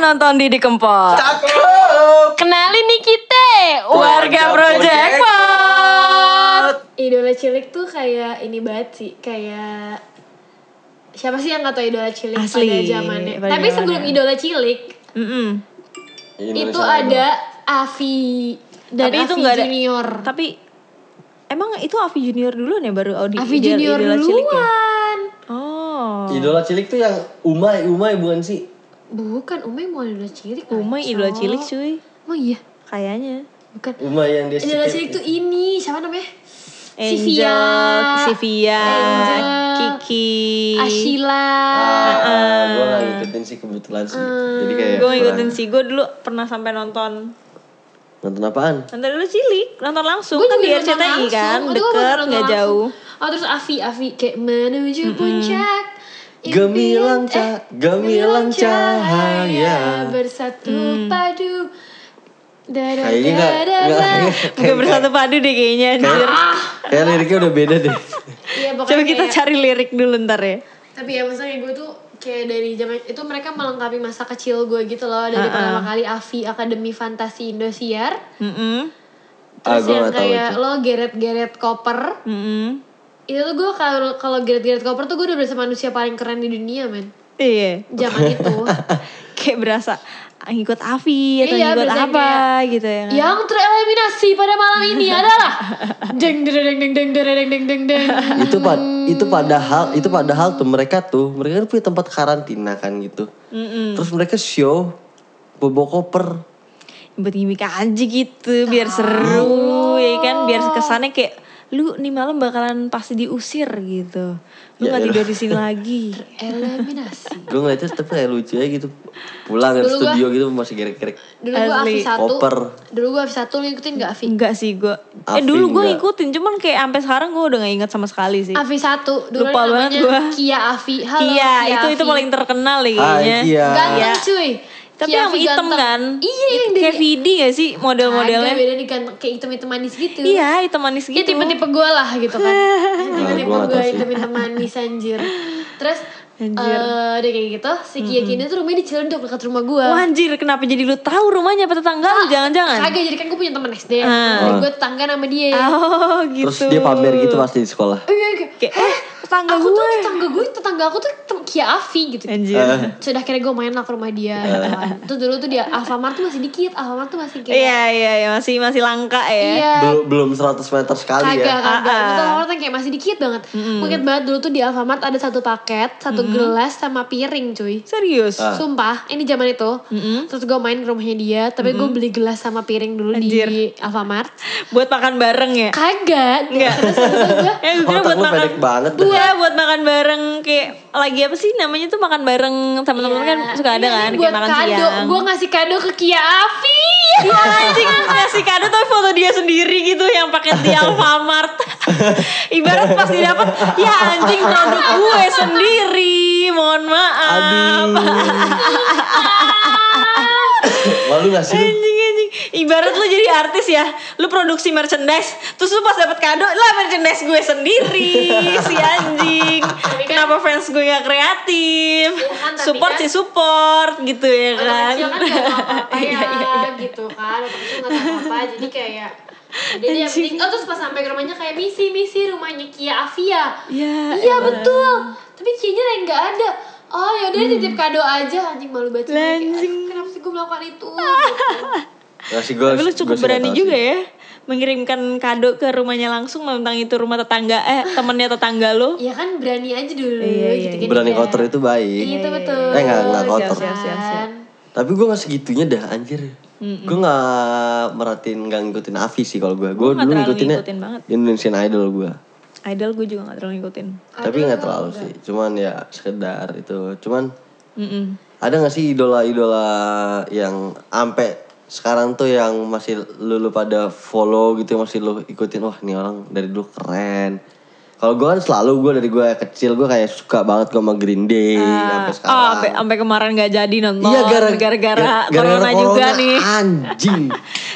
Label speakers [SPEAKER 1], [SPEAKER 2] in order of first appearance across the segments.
[SPEAKER 1] nonton Didi Kempot.
[SPEAKER 2] Cakep.
[SPEAKER 3] Kenalin nih kita
[SPEAKER 1] Warga Oh, Project Pot.
[SPEAKER 4] idola cilik tuh kayak ini banget sih kayak siapa sih yang nggak tahu idola cilik
[SPEAKER 1] Asli,
[SPEAKER 4] pada zamannya
[SPEAKER 1] pada
[SPEAKER 4] tapi sebelum
[SPEAKER 1] zamannya.
[SPEAKER 4] idola cilik
[SPEAKER 1] Mm-mm.
[SPEAKER 4] itu ada Avi dan
[SPEAKER 1] Tapi itu
[SPEAKER 4] Avi
[SPEAKER 1] nggak ada-
[SPEAKER 4] Junior
[SPEAKER 1] Tapi emang itu Avi Junior dulu nih baru Audi.
[SPEAKER 4] Avi Junior
[SPEAKER 1] ya?
[SPEAKER 4] duluan
[SPEAKER 1] Oh.
[SPEAKER 2] Idola cilik tuh yang umai umai bukan sih?
[SPEAKER 4] bukan Umay mau idola cilik
[SPEAKER 1] Umay
[SPEAKER 4] kacau.
[SPEAKER 1] idola cilik cuy.
[SPEAKER 4] oh iya
[SPEAKER 1] Kayaknya.
[SPEAKER 4] bukan
[SPEAKER 2] Umai yang dia
[SPEAKER 4] idola
[SPEAKER 2] sikit.
[SPEAKER 4] cilik tuh ini siapa namanya
[SPEAKER 1] Enjok, Sivia,
[SPEAKER 4] Enjok,
[SPEAKER 1] Kiki,
[SPEAKER 4] Ashila
[SPEAKER 2] Ah, gue
[SPEAKER 4] eh,
[SPEAKER 2] gak ngikutin sih kebetulan sih. Jadi kayak
[SPEAKER 1] Gue ngikutin
[SPEAKER 2] kurang.
[SPEAKER 1] sih, gue dulu pernah sampai nonton
[SPEAKER 2] Nonton apaan?
[SPEAKER 1] Nonton dulu cilik, nonton langsung
[SPEAKER 4] Gua
[SPEAKER 1] kan di
[SPEAKER 4] juga nonton
[SPEAKER 1] RCTI
[SPEAKER 4] langsung.
[SPEAKER 1] kan,
[SPEAKER 4] Aduh, gua
[SPEAKER 1] deket
[SPEAKER 4] nonton
[SPEAKER 1] nggak
[SPEAKER 4] langsung.
[SPEAKER 1] jauh
[SPEAKER 4] Oh terus Avi, Avi kayak menuju puncak. impian-
[SPEAKER 2] Gemilang
[SPEAKER 4] eh,
[SPEAKER 2] ca- gemilang cahaya.
[SPEAKER 4] bersatu
[SPEAKER 1] Mm.
[SPEAKER 4] padu. Dada,
[SPEAKER 2] Kayaknya nggak- nggak-
[SPEAKER 1] Bukan bersatu padu deh kayaknya anjir.
[SPEAKER 2] Kayak liriknya udah beda deh.
[SPEAKER 4] Iya pokoknya.
[SPEAKER 1] Coba kita
[SPEAKER 4] kayak-
[SPEAKER 1] cari lirik dulu ntar ya
[SPEAKER 4] Tapi ya maksudnya gue tuh kayak dari zaman itu mereka melengkapi masa kecil gue gitu
[SPEAKER 1] Ah,
[SPEAKER 4] loh dari pertama kali Avi Akademi Fantasi Indosiar
[SPEAKER 1] Mm-mm.
[SPEAKER 2] Ah,
[SPEAKER 4] terus
[SPEAKER 2] gua
[SPEAKER 4] yang
[SPEAKER 2] nggak tahu
[SPEAKER 4] kayak
[SPEAKER 2] itu.
[SPEAKER 4] lo geret-geret koper
[SPEAKER 1] Mm-mm.
[SPEAKER 4] itu tuh gue kalau kalau geret-geret koper tuh gue udah berasa manusia paling keren di dunia men
[SPEAKER 1] Iya
[SPEAKER 4] zaman itu
[SPEAKER 1] Kayak berasa "Ah, ngikut Avi atau
[SPEAKER 4] Iya,
[SPEAKER 1] ngikut
[SPEAKER 4] berasa
[SPEAKER 1] apa gitu ya kan?
[SPEAKER 4] Yang tereliminasi pada malam ini adalah deng deng deng deng deng deng deng deng deng.
[SPEAKER 2] itu pad
[SPEAKER 4] hmm.
[SPEAKER 2] itu padahal itu padahal tuh mereka tuh mereka tuh punya tempat karantina kan gitu. Terus mereka show bobo koper.
[SPEAKER 1] buat gimmick aja gitu biar seru ya kan biar kesannya kayak lu nih malam bakalan pasti diusir gitu lu
[SPEAKER 2] Ya
[SPEAKER 1] nggak
[SPEAKER 2] elah.
[SPEAKER 1] tidur di sini lagi
[SPEAKER 4] Eliminasi.
[SPEAKER 2] Gue ngeliatnya tetep kayak lucu aja gitu. Pulang dari
[SPEAKER 4] Dulu gua-
[SPEAKER 2] studio gitu masih gerek-gerek.
[SPEAKER 4] Dulu gue Avi
[SPEAKER 1] Asli.
[SPEAKER 4] satu.
[SPEAKER 2] Koper.
[SPEAKER 4] Dulu gue Avi satu lu ngikutin gak Avi?
[SPEAKER 1] enggak sih gue eh
[SPEAKER 2] Afi
[SPEAKER 1] dulu gue
[SPEAKER 2] enggak.
[SPEAKER 1] ngikutin cuman kayak sampai sekarang gue udah nggak inget sama sekali sih
[SPEAKER 4] Avi satu. Dulu
[SPEAKER 1] Iya. Lupa
[SPEAKER 4] namanya
[SPEAKER 1] banget gua.
[SPEAKER 4] Kia Avi. Halo,
[SPEAKER 1] Kia itu itu
[SPEAKER 4] Avi.
[SPEAKER 1] paling terkenal deh
[SPEAKER 2] Hai
[SPEAKER 1] kayaknya
[SPEAKER 2] Kia.
[SPEAKER 4] Ganteng cuy.
[SPEAKER 1] tapi
[SPEAKER 4] Kia
[SPEAKER 1] yang
[SPEAKER 4] Avi
[SPEAKER 1] hitam
[SPEAKER 4] ganteng.
[SPEAKER 1] kan
[SPEAKER 4] Iya
[SPEAKER 1] It-
[SPEAKER 4] yang
[SPEAKER 1] kayak
[SPEAKER 4] dari.
[SPEAKER 1] Vidi gak sih
[SPEAKER 4] Ada
[SPEAKER 1] model-modelnya
[SPEAKER 4] beda nih ganteng kayak hitam-hitam manis gitu.
[SPEAKER 1] iya hitam manis
[SPEAKER 4] Iya
[SPEAKER 1] gitu
[SPEAKER 4] tipe-tipe gue lah gitu kan Tipe-tipe
[SPEAKER 2] gua nggak
[SPEAKER 4] gue
[SPEAKER 2] tahu sih.
[SPEAKER 4] hitam-hitam manis anjir Terus
[SPEAKER 1] Anjir.
[SPEAKER 4] eh, udah kayak gitu Si Kia Kini tuh rumahnya di Cilenduk dekat rumah gue
[SPEAKER 1] Wah, anjir kenapa jadi lu tahu rumahnya apa tetangga
[SPEAKER 4] Ah,
[SPEAKER 1] lu jangan-jangan
[SPEAKER 4] Kagak jadi kan gue punya temen SD.
[SPEAKER 1] Ah.
[SPEAKER 4] Jadi gue tetangga sama dia.
[SPEAKER 1] oh gitu
[SPEAKER 2] Terus dia pamer gitu pasti di sekolah.
[SPEAKER 4] Iya, kayak,
[SPEAKER 1] kayak eh tetangga
[SPEAKER 4] aku tuh
[SPEAKER 1] gue
[SPEAKER 4] tetangga gue, tetangga aku tuh tem- Kia Avi gitu.
[SPEAKER 1] anjir
[SPEAKER 2] Eh.
[SPEAKER 4] Sudah akhirnya gue main lah ke rumah dia. gitu kan. Terus dulu tuh dia Alfamart tuh masih dikit, Alfamart tuh masih kayak
[SPEAKER 1] Iya iya iya masih masih langka ya.
[SPEAKER 4] Iya.
[SPEAKER 2] Belum belum 100 meter sekali
[SPEAKER 4] Kagak,
[SPEAKER 2] ya.
[SPEAKER 1] Ah,
[SPEAKER 4] kagak.
[SPEAKER 1] ah.
[SPEAKER 4] Itu Alfamart yang kayak masih dikit banget. Gue inget banget dulu tuh di Alfamart ada satu paket, satu gelas sama piring cuy.
[SPEAKER 1] Serius.
[SPEAKER 2] Ah.
[SPEAKER 4] Sumpah, ini zaman itu. Terus gue main ke rumahnya dia, tapi gue beli gelas sama piring dulu di
[SPEAKER 1] Anjir.
[SPEAKER 4] Alfamart.
[SPEAKER 1] Buat makan bareng ya.
[SPEAKER 4] Kagak.
[SPEAKER 1] Enggak.
[SPEAKER 4] Terus habis
[SPEAKER 1] Ya
[SPEAKER 4] itu gue
[SPEAKER 1] gue kira
[SPEAKER 2] Otak
[SPEAKER 1] buat
[SPEAKER 2] lu
[SPEAKER 1] makan.
[SPEAKER 2] pendek banget dah.
[SPEAKER 1] Iya buat makan bareng kayak lagi apa sih namanya tuh makan bareng teman-teman kan suka ada
[SPEAKER 4] Iya,
[SPEAKER 1] kan
[SPEAKER 4] ini
[SPEAKER 1] kayak
[SPEAKER 4] buat
[SPEAKER 1] makan
[SPEAKER 4] kado.
[SPEAKER 1] siang.
[SPEAKER 4] Gue ngasih kado ke Kia Avi.
[SPEAKER 1] Iya anjing ngasih kado tapi foto dia sendiri gitu yang pakai di Alfamart. Ibarat pas didapat ya anjing produk gue sendiri. Mohon maaf.
[SPEAKER 2] Aduh. Malu gak sih lu?
[SPEAKER 1] Anjing anjing. Ibarat lu jadi artis ya, lu produksi merchandise, terus lu pas dapat kado, lah merchandise gue sendiri, si anjing. Kenapa fans gue gak kreatif?
[SPEAKER 4] kan, tapi
[SPEAKER 1] support
[SPEAKER 4] kan-
[SPEAKER 1] sih support gitu ya kan.
[SPEAKER 4] Kecil kan gak apa-apa ya,
[SPEAKER 1] Iya, iya, iya.
[SPEAKER 4] gitu kan. Waktu kecil gak tau apa-apa, jadi kayak jadi dia yang penting, oh terus pas sampai ke rumahnya kayak misi misi rumahnya Kia Avia.
[SPEAKER 1] Ya,
[SPEAKER 4] iya
[SPEAKER 1] elah.
[SPEAKER 4] betul. Tapi Kia-nya lain nggak ada. Oh yaudah titip kado aja anjing malu
[SPEAKER 1] Hmm.
[SPEAKER 4] banget.
[SPEAKER 1] Lah,
[SPEAKER 4] Kayak,
[SPEAKER 1] anjing.
[SPEAKER 4] "Aduh, Kenapa sih gue melakukan itu?
[SPEAKER 2] Gak sih
[SPEAKER 1] Tapi lu cukup berani juga ya mengirimkan kado ke rumahnya langsung tentang itu rumah tetangga eh temennya tetangga lu.
[SPEAKER 4] Iya kan berani aja dulu.
[SPEAKER 1] Iya, iya, iya.
[SPEAKER 4] gitu,
[SPEAKER 2] Berani
[SPEAKER 4] kan.
[SPEAKER 2] kotor itu baik.
[SPEAKER 4] Iya, Itu betul.
[SPEAKER 2] Eh, nggak- nggak kotor.
[SPEAKER 1] Siap, siap, siap.
[SPEAKER 4] Kan.
[SPEAKER 2] Tapi gue gak segitunya dah anjir Gue gak merhatiin gak ngikutin Avi sih kalau gue
[SPEAKER 1] Gua
[SPEAKER 2] Gue
[SPEAKER 1] nggak
[SPEAKER 2] dulu
[SPEAKER 1] terlalu
[SPEAKER 2] ngikutinnya
[SPEAKER 1] ngikutin banget.
[SPEAKER 2] Indonesian Idol gue
[SPEAKER 1] Idol gue juga gak terlalu ngikutin.
[SPEAKER 2] Tapi gak terlalu sih Cuman ya sekedar itu Cuman
[SPEAKER 1] Mm-mm.
[SPEAKER 2] ada gak sih idola-idola yang ampe sekarang tuh yang masih lu, lu pada follow gitu yang masih lu ikutin wah nih orang dari dulu keren kalau gue kan selalu gue dari gue kecil gue kayak suka banget gue sama Green Day sampai sekarang
[SPEAKER 1] Oh, sampai sampai kemarin gak jadi nonton
[SPEAKER 2] Iya gara
[SPEAKER 1] gara-gara
[SPEAKER 2] gara- gara-gara Ah,
[SPEAKER 1] corona juga nih.
[SPEAKER 2] Anjing.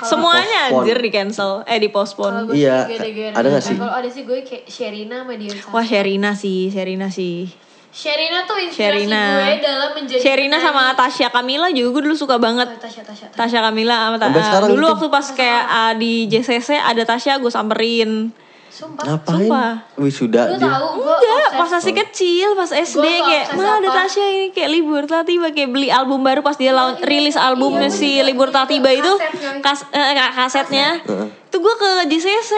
[SPEAKER 1] Semuanya
[SPEAKER 2] Dipospon.
[SPEAKER 1] anjir di cancel, eh di postpone.
[SPEAKER 4] Kalau gue
[SPEAKER 2] Iya,
[SPEAKER 4] sih gara-gara
[SPEAKER 2] ada nggak
[SPEAKER 4] Nah,
[SPEAKER 2] sih?
[SPEAKER 4] Kalau ada sih gue kayak Sherina sama dia.
[SPEAKER 1] Wah Sherina sih, Sherina sih.
[SPEAKER 4] Sherina tuh inspirasi
[SPEAKER 1] Sherina.
[SPEAKER 4] gue dalam menjadi Oh,
[SPEAKER 1] Sherina sama Tasya Kamila juga gue dulu suka banget.
[SPEAKER 4] Tasya Tasya Tasya.
[SPEAKER 1] Tasya Kamila sama Ta-
[SPEAKER 2] Sampai
[SPEAKER 1] ah,
[SPEAKER 2] sekarang
[SPEAKER 1] Dulu
[SPEAKER 2] itu-
[SPEAKER 1] waktu pas kayak ah, di JCC ada Tasya gue samperin.
[SPEAKER 4] Sumpah.
[SPEAKER 2] Ngapain?
[SPEAKER 1] Sumpah.
[SPEAKER 2] Wisuda
[SPEAKER 4] Lu
[SPEAKER 2] dia.
[SPEAKER 4] tahu gue
[SPEAKER 1] Enggak, pas
[SPEAKER 4] obses.
[SPEAKER 1] masih kecil, pas SD
[SPEAKER 4] Oh, Gua tuh
[SPEAKER 1] kayak
[SPEAKER 4] obses
[SPEAKER 1] mana ada
[SPEAKER 4] apa?"
[SPEAKER 1] Tasya ini kayak libur tiba kayak beli album baru pas dia laun-
[SPEAKER 4] iya,
[SPEAKER 1] rilis
[SPEAKER 4] iya,
[SPEAKER 1] albumnya
[SPEAKER 4] iya,
[SPEAKER 1] si
[SPEAKER 4] iya,
[SPEAKER 1] libur
[SPEAKER 4] iya,
[SPEAKER 1] tiba itu
[SPEAKER 4] kasetnya.
[SPEAKER 1] kas eh, ka- kasetnya. Itu gue ke JCC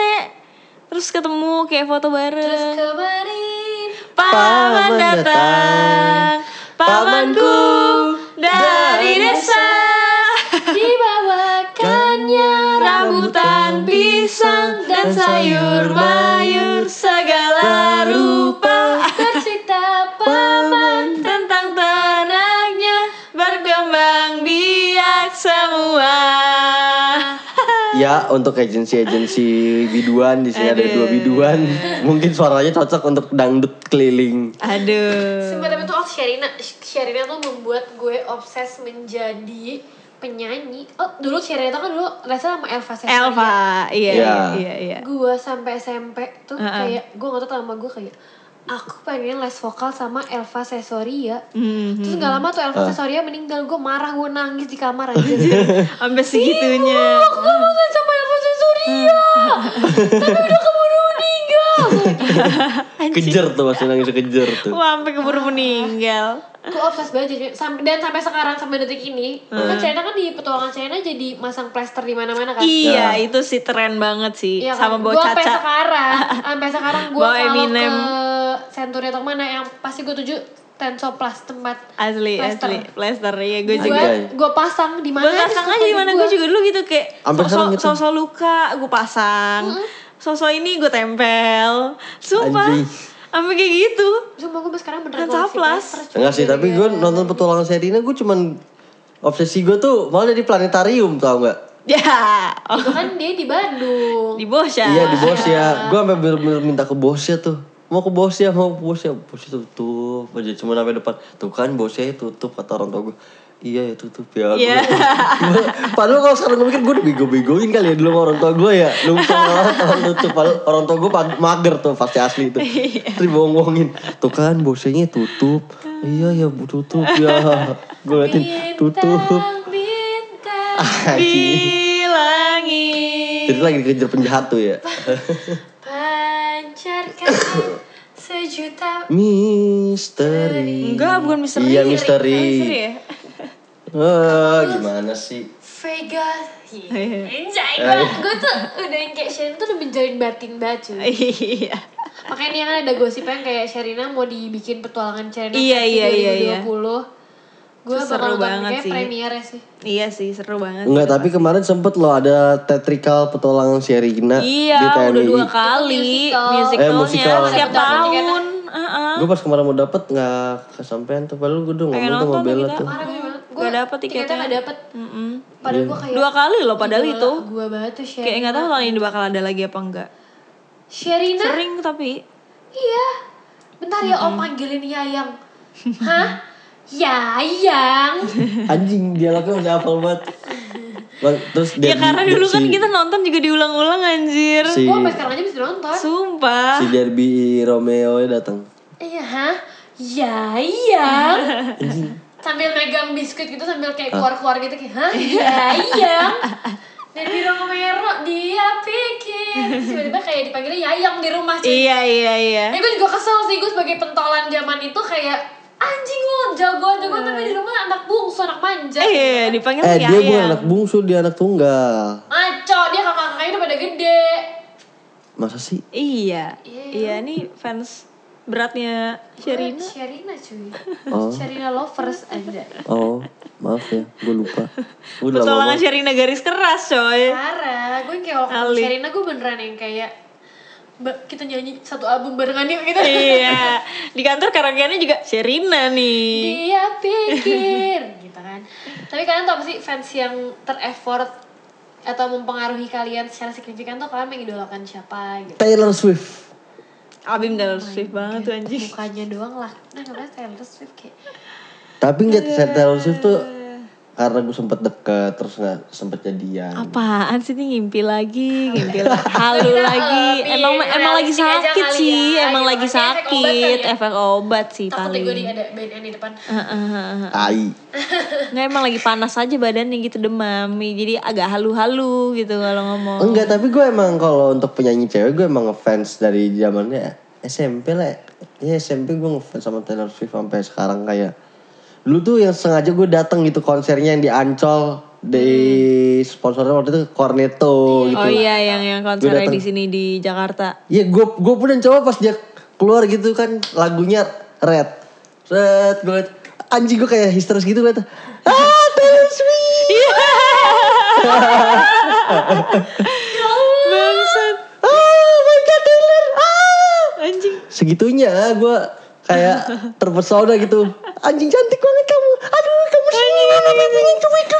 [SPEAKER 1] terus ketemu kayak foto
[SPEAKER 4] Terus
[SPEAKER 1] bareng.
[SPEAKER 4] kemarin
[SPEAKER 1] Paman datang, pamanku dari desa.
[SPEAKER 4] dibawakannya
[SPEAKER 1] Rambutan pisang dan sayur mayur segala rupa.
[SPEAKER 4] bercerita paman
[SPEAKER 1] tentang tenangnya berkembang biak semua.
[SPEAKER 2] Ya untuk agensi-agensi biduan di sini ada
[SPEAKER 1] Aduh.
[SPEAKER 2] dua biduan. Mungkin suaranya cocok untuk dangdut keliling.
[SPEAKER 1] Aduh.
[SPEAKER 4] Sumpah tapi tuh waktu Sherina Sherina tuh membuat gue obses menjadi penyanyi Oh dulu Sherina tuh kan dulu rasa sama Elva Sesar ya.
[SPEAKER 1] Elva, iya iya
[SPEAKER 2] Ya.
[SPEAKER 1] iya. iya.
[SPEAKER 4] Gue sampai SMP tuh
[SPEAKER 1] Heeh.
[SPEAKER 4] kayak Gue gak tau nama gue kayak Aku pengen les vokal sama Elva Sesoria
[SPEAKER 1] Hmm.
[SPEAKER 4] Terus gak lama tuh Elva Sesoria meninggal Gue marah gue nangis di kamar aja
[SPEAKER 1] Sampai segitunya.
[SPEAKER 4] Aku gak mau les sama Elva Sesoria
[SPEAKER 1] Hmm.
[SPEAKER 4] Tapi udah keburu meninggal
[SPEAKER 2] Kejer tuh masih nangis kejer tuh.
[SPEAKER 1] Wah, sampai keburu meninggal.
[SPEAKER 4] Gue obses banget jadi sampai dan sampai sekarang sampai detik ini
[SPEAKER 1] Hmm.
[SPEAKER 4] kan China kan di petualangan China jadi masang plester di mana-mana kan.
[SPEAKER 1] Iya, itu sih tren banget sih
[SPEAKER 4] Iya
[SPEAKER 1] sama
[SPEAKER 4] kan?
[SPEAKER 1] bawa
[SPEAKER 4] Gua sampai
[SPEAKER 1] caca.
[SPEAKER 4] sekarang, sampai sekarang gue
[SPEAKER 1] Bawa
[SPEAKER 4] kalau ke
[SPEAKER 1] Eminem.
[SPEAKER 4] Century atau mana yang pasti gue tuju Tenso Plus tempat
[SPEAKER 1] Asli,
[SPEAKER 4] Plaster.
[SPEAKER 1] asli. Plaster ya gue juga.
[SPEAKER 2] Anjay.
[SPEAKER 4] gue gue pasang di mana
[SPEAKER 1] Gue pasang aja di
[SPEAKER 4] Iya.
[SPEAKER 1] mana gue juga dulu gitu kayak
[SPEAKER 2] Sampai sekarang
[SPEAKER 1] sosok
[SPEAKER 2] gitu.
[SPEAKER 1] sosok luka gue pasang, sosok ini gue tempel, sumpah,
[SPEAKER 2] Anjing.
[SPEAKER 1] sampai kayak gitu.
[SPEAKER 4] Cuma gue sekarang beneran
[SPEAKER 1] Tenso
[SPEAKER 4] koleksi
[SPEAKER 1] Plus.
[SPEAKER 4] plaster, cuy,
[SPEAKER 2] Enggak sih, tapi gue
[SPEAKER 4] gara-gara-
[SPEAKER 2] nonton petualangan Serina gue cuman obsesi gue tuh mau jadi planetarium tau nggak?
[SPEAKER 1] Ya, oh,
[SPEAKER 4] itu kan dia di Bandung.
[SPEAKER 1] di Bosya.
[SPEAKER 2] Iya di bos ya, gue sampai bener-bener minta ke bosnya tuh mau ke bosnya mau ke bosnya bosnya tutup aja cuma sampai depan tuh kan bosnya tutup kata orang tua gue iya ya tutup ya Gua-
[SPEAKER 1] Iya.
[SPEAKER 2] Gua- padahal kalau sekarang gue mikir gue udah bego-begoin kali ya dulu sama orang tua gue ya lupa orang tua tutup padahal orang tua gue pad- mager tuh pasti asli itu terus bohong-bohongin tuh kan bosnya tutup iya ya Bu, tutup ya gue liatin tutup
[SPEAKER 4] Bintang, bintang.
[SPEAKER 1] Di langit.
[SPEAKER 2] jadi lagi dikejar penjahat tuh ya
[SPEAKER 4] Pancarkan sejuta
[SPEAKER 2] misteri
[SPEAKER 1] Enggak, bukan misteri.
[SPEAKER 2] Iya,
[SPEAKER 1] Misteri.
[SPEAKER 2] misteri.
[SPEAKER 1] Misteri ya?
[SPEAKER 2] Ah, gimana sih?
[SPEAKER 4] Vega.
[SPEAKER 1] Iya.
[SPEAKER 4] Anjay, gue gue tuh udah yang kayak Sherina tuh udah menjalin batin banget cuy.
[SPEAKER 1] Iya.
[SPEAKER 4] Makanya nih kan ada gosip yang kayak Sherina mau dibikin petualangan Sherina
[SPEAKER 1] Iya,
[SPEAKER 4] versi
[SPEAKER 1] iya, iya, iya.
[SPEAKER 4] 2020. Gue
[SPEAKER 1] Itu
[SPEAKER 4] bakal
[SPEAKER 1] seru
[SPEAKER 4] nonton
[SPEAKER 1] banget
[SPEAKER 4] kayak
[SPEAKER 1] sih.
[SPEAKER 4] premiere sih.
[SPEAKER 1] Iya sih, seru banget.
[SPEAKER 2] Enggak, tapi kemarin sempet loh ada teatrikal petualangan Sherina di
[SPEAKER 1] Iya,
[SPEAKER 2] TNI.
[SPEAKER 1] udah dua kali
[SPEAKER 4] musical.
[SPEAKER 1] musicalnya
[SPEAKER 2] gitu. Eh, musical.
[SPEAKER 1] setiap
[SPEAKER 4] Dapat
[SPEAKER 1] tahun. Heeh.
[SPEAKER 2] Gue pas kemarin mau dapet nggak kesampaian tuh, padahal gue udah
[SPEAKER 1] Pengen
[SPEAKER 2] ngomong tuh sama
[SPEAKER 1] nonton
[SPEAKER 2] Bella
[SPEAKER 1] kita.
[SPEAKER 2] tuh.
[SPEAKER 4] Parah gue banget. Gue
[SPEAKER 1] Nggak dapet tiketnya.
[SPEAKER 4] Gak dapet.
[SPEAKER 1] Mm-mm.
[SPEAKER 4] Padahal gue kayak.
[SPEAKER 1] Dua kali loh padahal
[SPEAKER 4] Iya.
[SPEAKER 1] itu.
[SPEAKER 4] Gue banget tuh Sherina.
[SPEAKER 1] Kayak nggak tahu tahun ini bakal ada lagi apa enggak.
[SPEAKER 4] Sherina.
[SPEAKER 1] Sering tapi
[SPEAKER 4] Iya. Bentar ya om panggilin Yayang. Hah? Yayang.
[SPEAKER 1] Iya.
[SPEAKER 2] Anjing, dialognya masih hafal banget. Bang, Terus dia
[SPEAKER 1] Ya karena
[SPEAKER 2] di-
[SPEAKER 1] dulu
[SPEAKER 2] si-
[SPEAKER 1] kan kita nonton juga diulang-ulang anjir.
[SPEAKER 2] si,
[SPEAKER 4] Gue sampai sekarang aja bisa nonton.
[SPEAKER 2] si
[SPEAKER 1] Sumpah.
[SPEAKER 2] Derby Romeo datang.
[SPEAKER 4] Iya, hah? Yayang.
[SPEAKER 1] Iya.
[SPEAKER 4] sambil megang biskuit gitu sambil kayak keluar-keluar gitu kayak, "Hah?
[SPEAKER 1] Iya."
[SPEAKER 4] Yayang." Dari Romero dia pikir Terus tiba-tiba kayak dipanggilnya Yayang di rumah. cuy.
[SPEAKER 1] Iya iya iya.
[SPEAKER 4] Ini gue juga kesel sih gue sebagai pentolan zaman itu kayak anjing lu jagoan jagoan tapi di rumah anak bungsu anak manja.
[SPEAKER 1] Eh iya, dipanggil
[SPEAKER 2] Eh, dia bukan
[SPEAKER 1] Yayang.
[SPEAKER 2] anak bungsu, dia anak tunggal.
[SPEAKER 4] Ngaco dia kakak-kakaknya udah pada gede.
[SPEAKER 2] Masa sih?
[SPEAKER 1] Iya.
[SPEAKER 4] Iya.
[SPEAKER 1] Iya nih fans beratnya Sherina.
[SPEAKER 4] Eh, Sherina cuy.
[SPEAKER 2] Oh.
[SPEAKER 4] Sherina lovers aja.
[SPEAKER 2] Oh, maaf ya, gue lupa. Gue udah lama.
[SPEAKER 1] Pertolongan Sherina garis keras coy.
[SPEAKER 4] Parah, gue kayak waktu
[SPEAKER 1] Ali.
[SPEAKER 4] Sherina gue beneran yang kayak "Mbak, kita nyanyi satu album barengan yuk gitu.
[SPEAKER 1] iya. Di kantor karaokeannya juga Sherina nih.
[SPEAKER 4] Dia Iya, pikir gitu kan. Tapi kalian tau apa sih fans yang tereffort atau mempengaruhi kalian secara signifikan tuh kalian mengidolakan siapa gitu.
[SPEAKER 2] Taylor Swift.
[SPEAKER 1] Abim Taylor
[SPEAKER 4] Oh
[SPEAKER 1] Swift banget tuh anjing.
[SPEAKER 4] Mukanya doang lah. Nah, namanya Taylor Swift kayak
[SPEAKER 2] Iya. Tapi enggak Taylor Swift tuh karena gue sempet deket terus nggak sempet jadian
[SPEAKER 1] Apaan sih ini ngimpi lagi, ngimpi lagi, halu
[SPEAKER 4] Kita
[SPEAKER 1] lagi.
[SPEAKER 4] lebih
[SPEAKER 1] Emang emang lagi
[SPEAKER 4] realistik aja
[SPEAKER 1] sakit
[SPEAKER 4] kali
[SPEAKER 1] sih,
[SPEAKER 4] ya,
[SPEAKER 1] emang
[SPEAKER 4] gitu.
[SPEAKER 1] lagi
[SPEAKER 4] Pasti
[SPEAKER 1] sakit,
[SPEAKER 4] efek obat kali ya.
[SPEAKER 1] efek obat sih
[SPEAKER 4] Takut deh gue
[SPEAKER 1] paling.
[SPEAKER 4] nih ada BNN di depan.
[SPEAKER 1] Heeh.
[SPEAKER 2] tai
[SPEAKER 1] Nggak emang lagi panas aja badannya gitu demam, jadi agak halu-halu gitu kalau ngomong.
[SPEAKER 2] enggak tapi gue emang kalau untuk penyanyi cewek gue emang ngefans dari zamannya SMP lah ya SMP gue ngefans sama Taylor Swift sampai sekarang kayak dulu tuh yang sengaja gue datang gitu konsernya yang di Ancol di sponsornya waktu itu Cornetto gitu
[SPEAKER 1] Oh Hmm. iya yang yang konsernya di sini di Jakarta.
[SPEAKER 2] Ya gue gue pun yang coba pas dia keluar gitu kan lagunya red. Red gue liat, anjing gue kayak histeris gitu liat. Ah Taylor Swift.
[SPEAKER 1] Bangsat.
[SPEAKER 2] Ah my god Taylor. Ah.
[SPEAKER 1] Anjing.
[SPEAKER 2] Segitunya gue kayak terpesona gitu. Anjing cantik banget kamu. Aduh kamu semua aku pengen cuek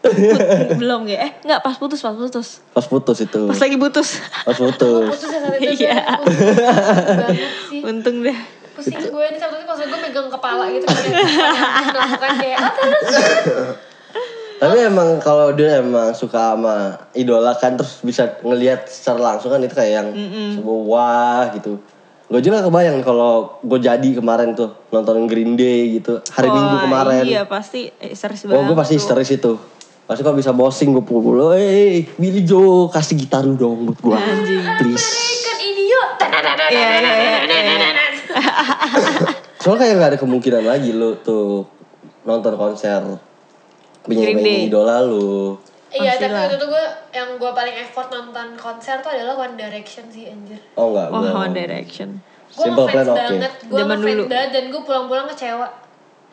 [SPEAKER 1] Put- belum ya? Eh, enggak pas putus, pas putus.
[SPEAKER 2] Pas putus itu.
[SPEAKER 1] Pas lagi putus.
[SPEAKER 2] Pas putus.
[SPEAKER 4] Khususnya saat itu
[SPEAKER 1] Iya.
[SPEAKER 4] Iya banget sih
[SPEAKER 1] Untung deh.
[SPEAKER 4] pusing gue nih satu kalau gue megang kepala gitu kayak melakukan kayak ah terus
[SPEAKER 2] Tapi emang kalau dia emang suka sama idola kan terus bisa ngelihat secara langsung kan itu kayak yang sebuah wah gitu. Gue juga gak kebayang kalau gue jadi kemarin tuh nonton Green Day gitu hari
[SPEAKER 1] Wah,
[SPEAKER 2] Minggu kemarin.
[SPEAKER 1] Iya pasti histeris
[SPEAKER 2] oh
[SPEAKER 1] banget.
[SPEAKER 2] gue pasti
[SPEAKER 1] tuh.
[SPEAKER 2] histeris itu. Pasti kok bisa bossing gue pukul. Eh Billy Joe kasih gitar lu dong buat gue.
[SPEAKER 1] Anjing.
[SPEAKER 2] Please.
[SPEAKER 4] kan ini yuk
[SPEAKER 1] Iya, iya, iya, iya, iya.
[SPEAKER 2] Soalnya kayak gak ada kemungkinan lagi lu tuh nonton konser
[SPEAKER 1] Day.
[SPEAKER 2] penyanyi idola lu.
[SPEAKER 4] Iya,
[SPEAKER 1] Pasti
[SPEAKER 4] tapi
[SPEAKER 1] lah.
[SPEAKER 4] waktu itu gue yang gue paling effort nonton konser tuh adalah One Direction sih anjir.
[SPEAKER 2] Oh enggak.
[SPEAKER 1] Wah,
[SPEAKER 2] gua-
[SPEAKER 1] One Direction.
[SPEAKER 4] Gue
[SPEAKER 2] Simple
[SPEAKER 4] ngefans
[SPEAKER 2] plan oke.
[SPEAKER 4] banget, gue
[SPEAKER 1] Zaman
[SPEAKER 4] ngefans
[SPEAKER 1] dulu.
[SPEAKER 4] banget dan gue pulang-pulang kecewa.